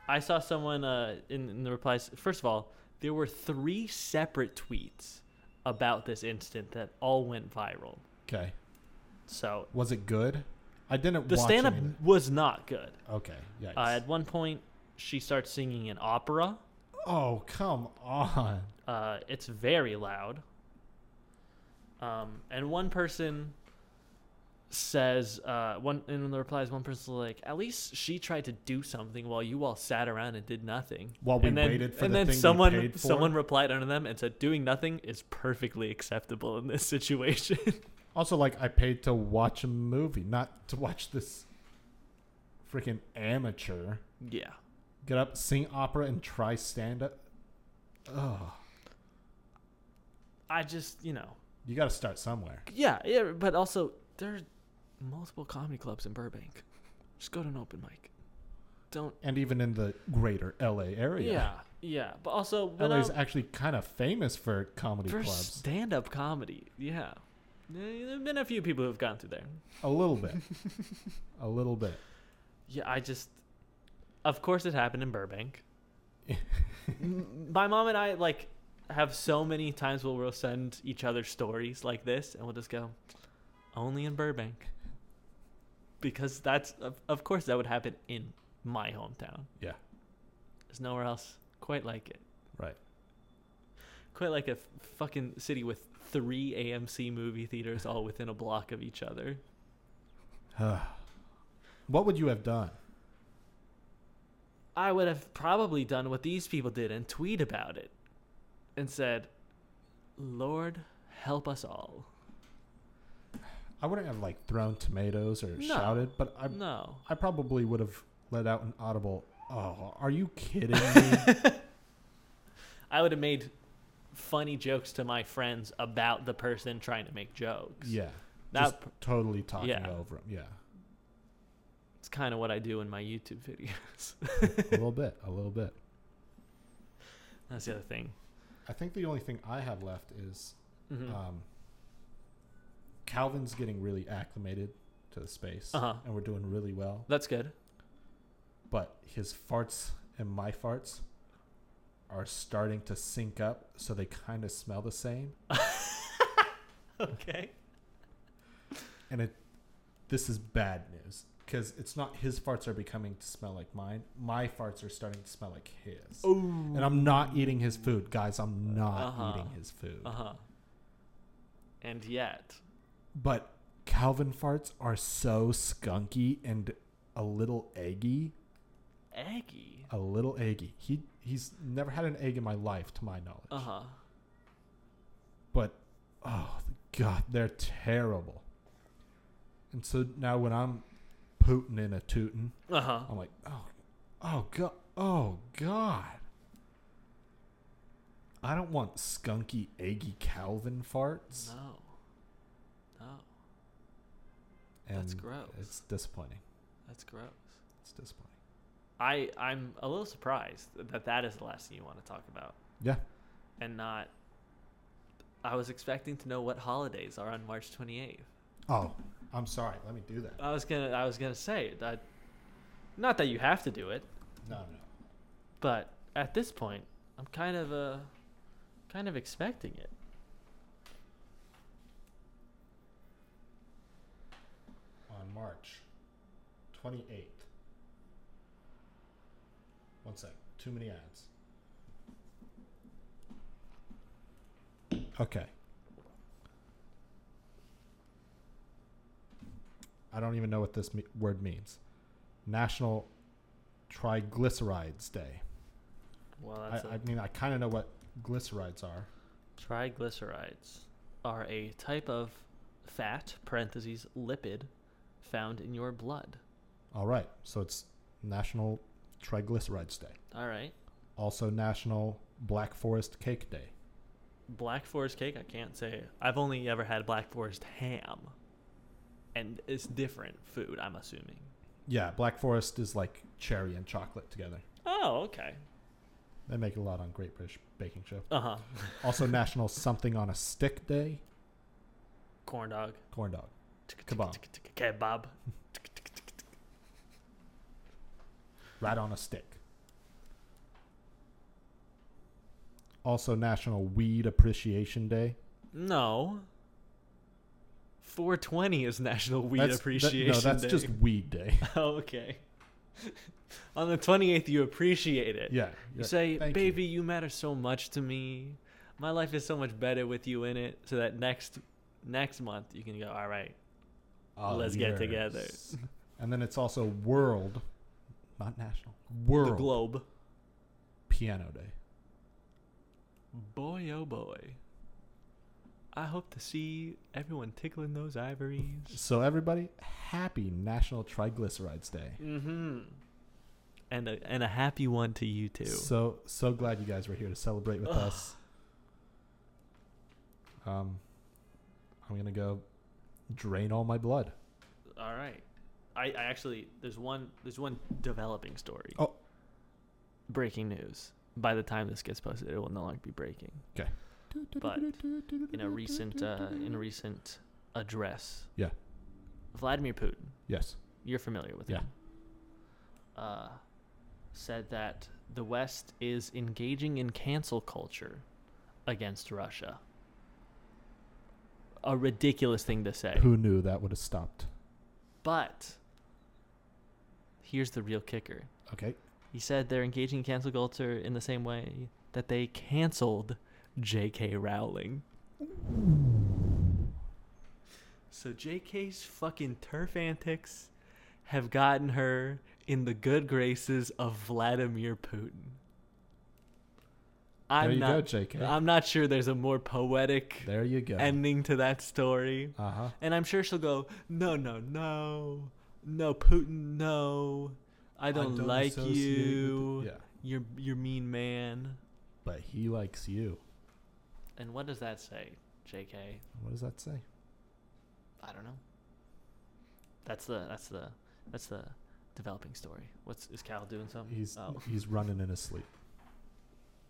Speaker 2: I saw someone uh, in, in the replies. First of all, there were three separate tweets about this incident that all went viral.
Speaker 1: Okay.
Speaker 2: So
Speaker 1: Was it good? I didn't.
Speaker 2: the
Speaker 1: watch
Speaker 2: stand up
Speaker 1: any of
Speaker 2: was not good.
Speaker 1: it. Okay. Yikes.
Speaker 2: Uh, at one point, she starts singing an opera.
Speaker 1: oh come on.
Speaker 2: Uh, it's very loud. Um, and one person says, uh, one in the replies, one person's like, "At least she tried to do something while you all sat around and did nothing."
Speaker 1: While we
Speaker 2: and then,
Speaker 1: waited for
Speaker 2: and
Speaker 1: the
Speaker 2: then
Speaker 1: thing we
Speaker 2: someone
Speaker 1: paid for?
Speaker 2: someone replied under them and said, "Doing nothing is perfectly acceptable in this (laughs) situation."
Speaker 1: Also, like I paid to watch a movie, not to watch this freaking amateur
Speaker 2: yeah,
Speaker 1: get up, sing opera, and try stand up. Oh,
Speaker 2: I just you know,
Speaker 1: you got to start somewhere.
Speaker 2: yeah, yeah, but also there's multiple comedy clubs in Burbank. Just go to an open mic. Don't.
Speaker 1: And even in the greater LA area,
Speaker 2: Yeah, yeah, but also when
Speaker 1: LA is
Speaker 2: I'm-
Speaker 1: actually kind of famous for comedy
Speaker 2: for
Speaker 1: clubs.
Speaker 2: stand-up comedy. Yeah, there have been a few people who've gone through there.
Speaker 1: a little
Speaker 2: (laughs)
Speaker 1: bit, a little bit.
Speaker 2: Yeah, I just, of course, it happened
Speaker 1: (laughs)
Speaker 2: in Burbank. M- My mom and I like have so many times where we'll send each other stories like this, and we'll just go, only in Burbank, because that's of, of course that would happen in my hometown.
Speaker 1: Yeah,
Speaker 2: There's nowhere else quite like it.
Speaker 1: right.
Speaker 2: Quite like a f- fucking city with three AMC movie theaters all within a block of each other.
Speaker 1: (sighs) what would you have done?
Speaker 2: I would have probably done what these people did and tweet about it and said, Lord, help us all.
Speaker 1: I wouldn't have like thrown tomatoes or
Speaker 2: No.
Speaker 1: shouted, but I,
Speaker 2: No.
Speaker 1: I probably would have let out an audible. Oh, are you kidding
Speaker 2: (laughs)
Speaker 1: me?
Speaker 2: I would have made funny jokes to my friends about the person trying to make jokes.
Speaker 1: yeah,
Speaker 2: That,
Speaker 1: just totally talking
Speaker 2: yeah.
Speaker 1: over him. Yeah.
Speaker 2: That's kind of what I do in my YouTube videos.
Speaker 1: a little bit, a little bit.
Speaker 2: (laughs) That's the other thing.
Speaker 1: I think the only thing I have left is
Speaker 2: Mhm.
Speaker 1: um, Calvin's getting really acclimated to the space,
Speaker 2: Uh-huh.
Speaker 1: and we're doing really well.
Speaker 2: That's good.
Speaker 1: But his farts and my farts are starting to sync up, so they kind of smell the same,
Speaker 2: Okay.
Speaker 1: and it this is bad news because it's not his farts are becoming to smell like mine. My farts are starting to smell like his. And I'm not eating his food, guys. I'm not
Speaker 2: Uh-huh.
Speaker 1: eating his food.
Speaker 2: Uh huh. And yet,
Speaker 1: But Calvin farts are so skunky and a little eggy.
Speaker 2: Aggie.
Speaker 1: A little eggy. He he's never had an egg in my life, to my knowledge.
Speaker 2: Uh huh.
Speaker 1: but oh god they're terrible and so now when i'm pooting in a tootin
Speaker 2: Uh huh.
Speaker 1: i'm like oh oh god oh god i don't want skunky eggy calvin farts
Speaker 2: No. No.
Speaker 1: and
Speaker 2: that's gross.
Speaker 1: it's disappointing
Speaker 2: That's gross.
Speaker 1: it's disappointing
Speaker 2: I I'm a little surprised that that is the last thing you want to talk about,
Speaker 1: yeah
Speaker 2: and not. I was expecting to know what holidays are on March 28th.
Speaker 1: oh i'm sorry let me do that
Speaker 2: I was gonna I was gonna say that, not that you have to do it,
Speaker 1: no no
Speaker 2: but at this point, I'm kind of uh, kind of expecting it.
Speaker 1: on march 28th one sec too many ads Okay. I don't even know what this me- word means. National Triglycerides Day.
Speaker 2: Well,
Speaker 1: I,
Speaker 2: that's a
Speaker 1: I mean, I kind of know what glycerides are.
Speaker 2: Triglycerides are a type of fat (parentheses lipid) found in your blood.
Speaker 1: All right. So it's National Triglycerides Day.
Speaker 2: All right,
Speaker 1: Also, National Black Forest Cake Day.
Speaker 2: Black Forest cake. I can't say I've only ever had Black Forest ham, and it's different food. I'm assuming.
Speaker 1: Yeah, Black Forest is like cherry and chocolate together.
Speaker 2: Oh, okay.
Speaker 1: They make it a lot on Great British Baking Show.
Speaker 2: Uh huh. (laughs)
Speaker 1: Also, National Something on a Stick Day.
Speaker 2: Corn dog.
Speaker 1: Corn dog. Kebab.
Speaker 2: Kebab.
Speaker 1: Right on a stick. Also, National Weed Appreciation Day.
Speaker 2: No. 420 is National Weed
Speaker 1: That's- that-
Speaker 2: Appreciation
Speaker 1: No, that's
Speaker 2: Day.
Speaker 1: just Weed Day.
Speaker 2: (laughs) Oh, okay. On the 28th, you appreciate it.
Speaker 1: Yeah.
Speaker 2: You say,
Speaker 1: Thank
Speaker 2: baby, you. matter so much to me. My life is so much better with you in it. So that next next month, you can go, all right.
Speaker 1: Oh,
Speaker 2: let's get together."
Speaker 1: (laughs) And then it's also World, not National, World
Speaker 2: The globe.
Speaker 1: Piano Day.
Speaker 2: Boy, oh boy. I hope to see everyone tickling those ivories.
Speaker 1: So, everybody, happy National Triglycerides Day.
Speaker 2: mm-hmm. And a, and a happy one to you, too.
Speaker 1: So so glad you guys were here to celebrate with us. Um, I'm gonna go drain all my blood.
Speaker 2: All right. I, I actually there's one there's one developing story.
Speaker 1: Oh.
Speaker 2: Breaking news. By the time this gets posted, it will no longer be breaking.
Speaker 1: Okay.
Speaker 2: But in a recent uh, in a recent address,
Speaker 1: Yeah.
Speaker 2: Vladimir Putin,
Speaker 1: Yes.
Speaker 2: you're familiar with
Speaker 1: Yeah.
Speaker 2: him, uh, said that the West is engaging in cancel culture against Russia. A ridiculous thing to say.
Speaker 1: Who knew that would have stopped?
Speaker 2: But here's the real kicker.
Speaker 1: Okay.
Speaker 2: He said they're engaging in cancel culture in the same way that they canceled J.K. Rowling. So J.K.'s fucking turf antics have gotten her in the good graces of Vladimir Putin. I'm
Speaker 1: there you
Speaker 2: not,
Speaker 1: go, J.K.
Speaker 2: I'm not sure there's a more poetic
Speaker 1: there you go.
Speaker 2: ending to that story.
Speaker 1: uh huh.
Speaker 2: And I'm sure she'll go, no, no, no, no, Putin, no, I don't,
Speaker 1: don't
Speaker 2: like
Speaker 1: associate with
Speaker 2: you.
Speaker 1: it." Yeah.
Speaker 2: You're you're mean man.
Speaker 1: But he likes you.
Speaker 2: And what does that say, J.K.?
Speaker 1: What does that say?
Speaker 2: I don't know. That's the that's the that's the developing story. What's is Cal doing something?
Speaker 1: He's
Speaker 2: oh,
Speaker 1: he's running in his sleep.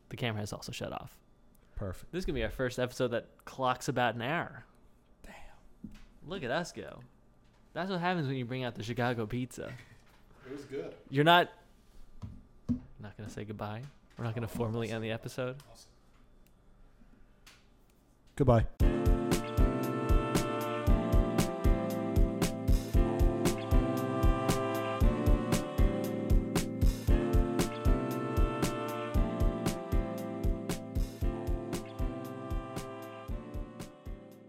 Speaker 2: the camera is also shut off.
Speaker 1: Perfect.
Speaker 2: This is gonna be our first episode that clocks about an hour. Damn. Look at us go. That's what happens when you bring out the Chicago pizza.
Speaker 1: It was good.
Speaker 2: You're not not gonna say goodbye. We're not gonna formally end the episode.
Speaker 1: Goodbye.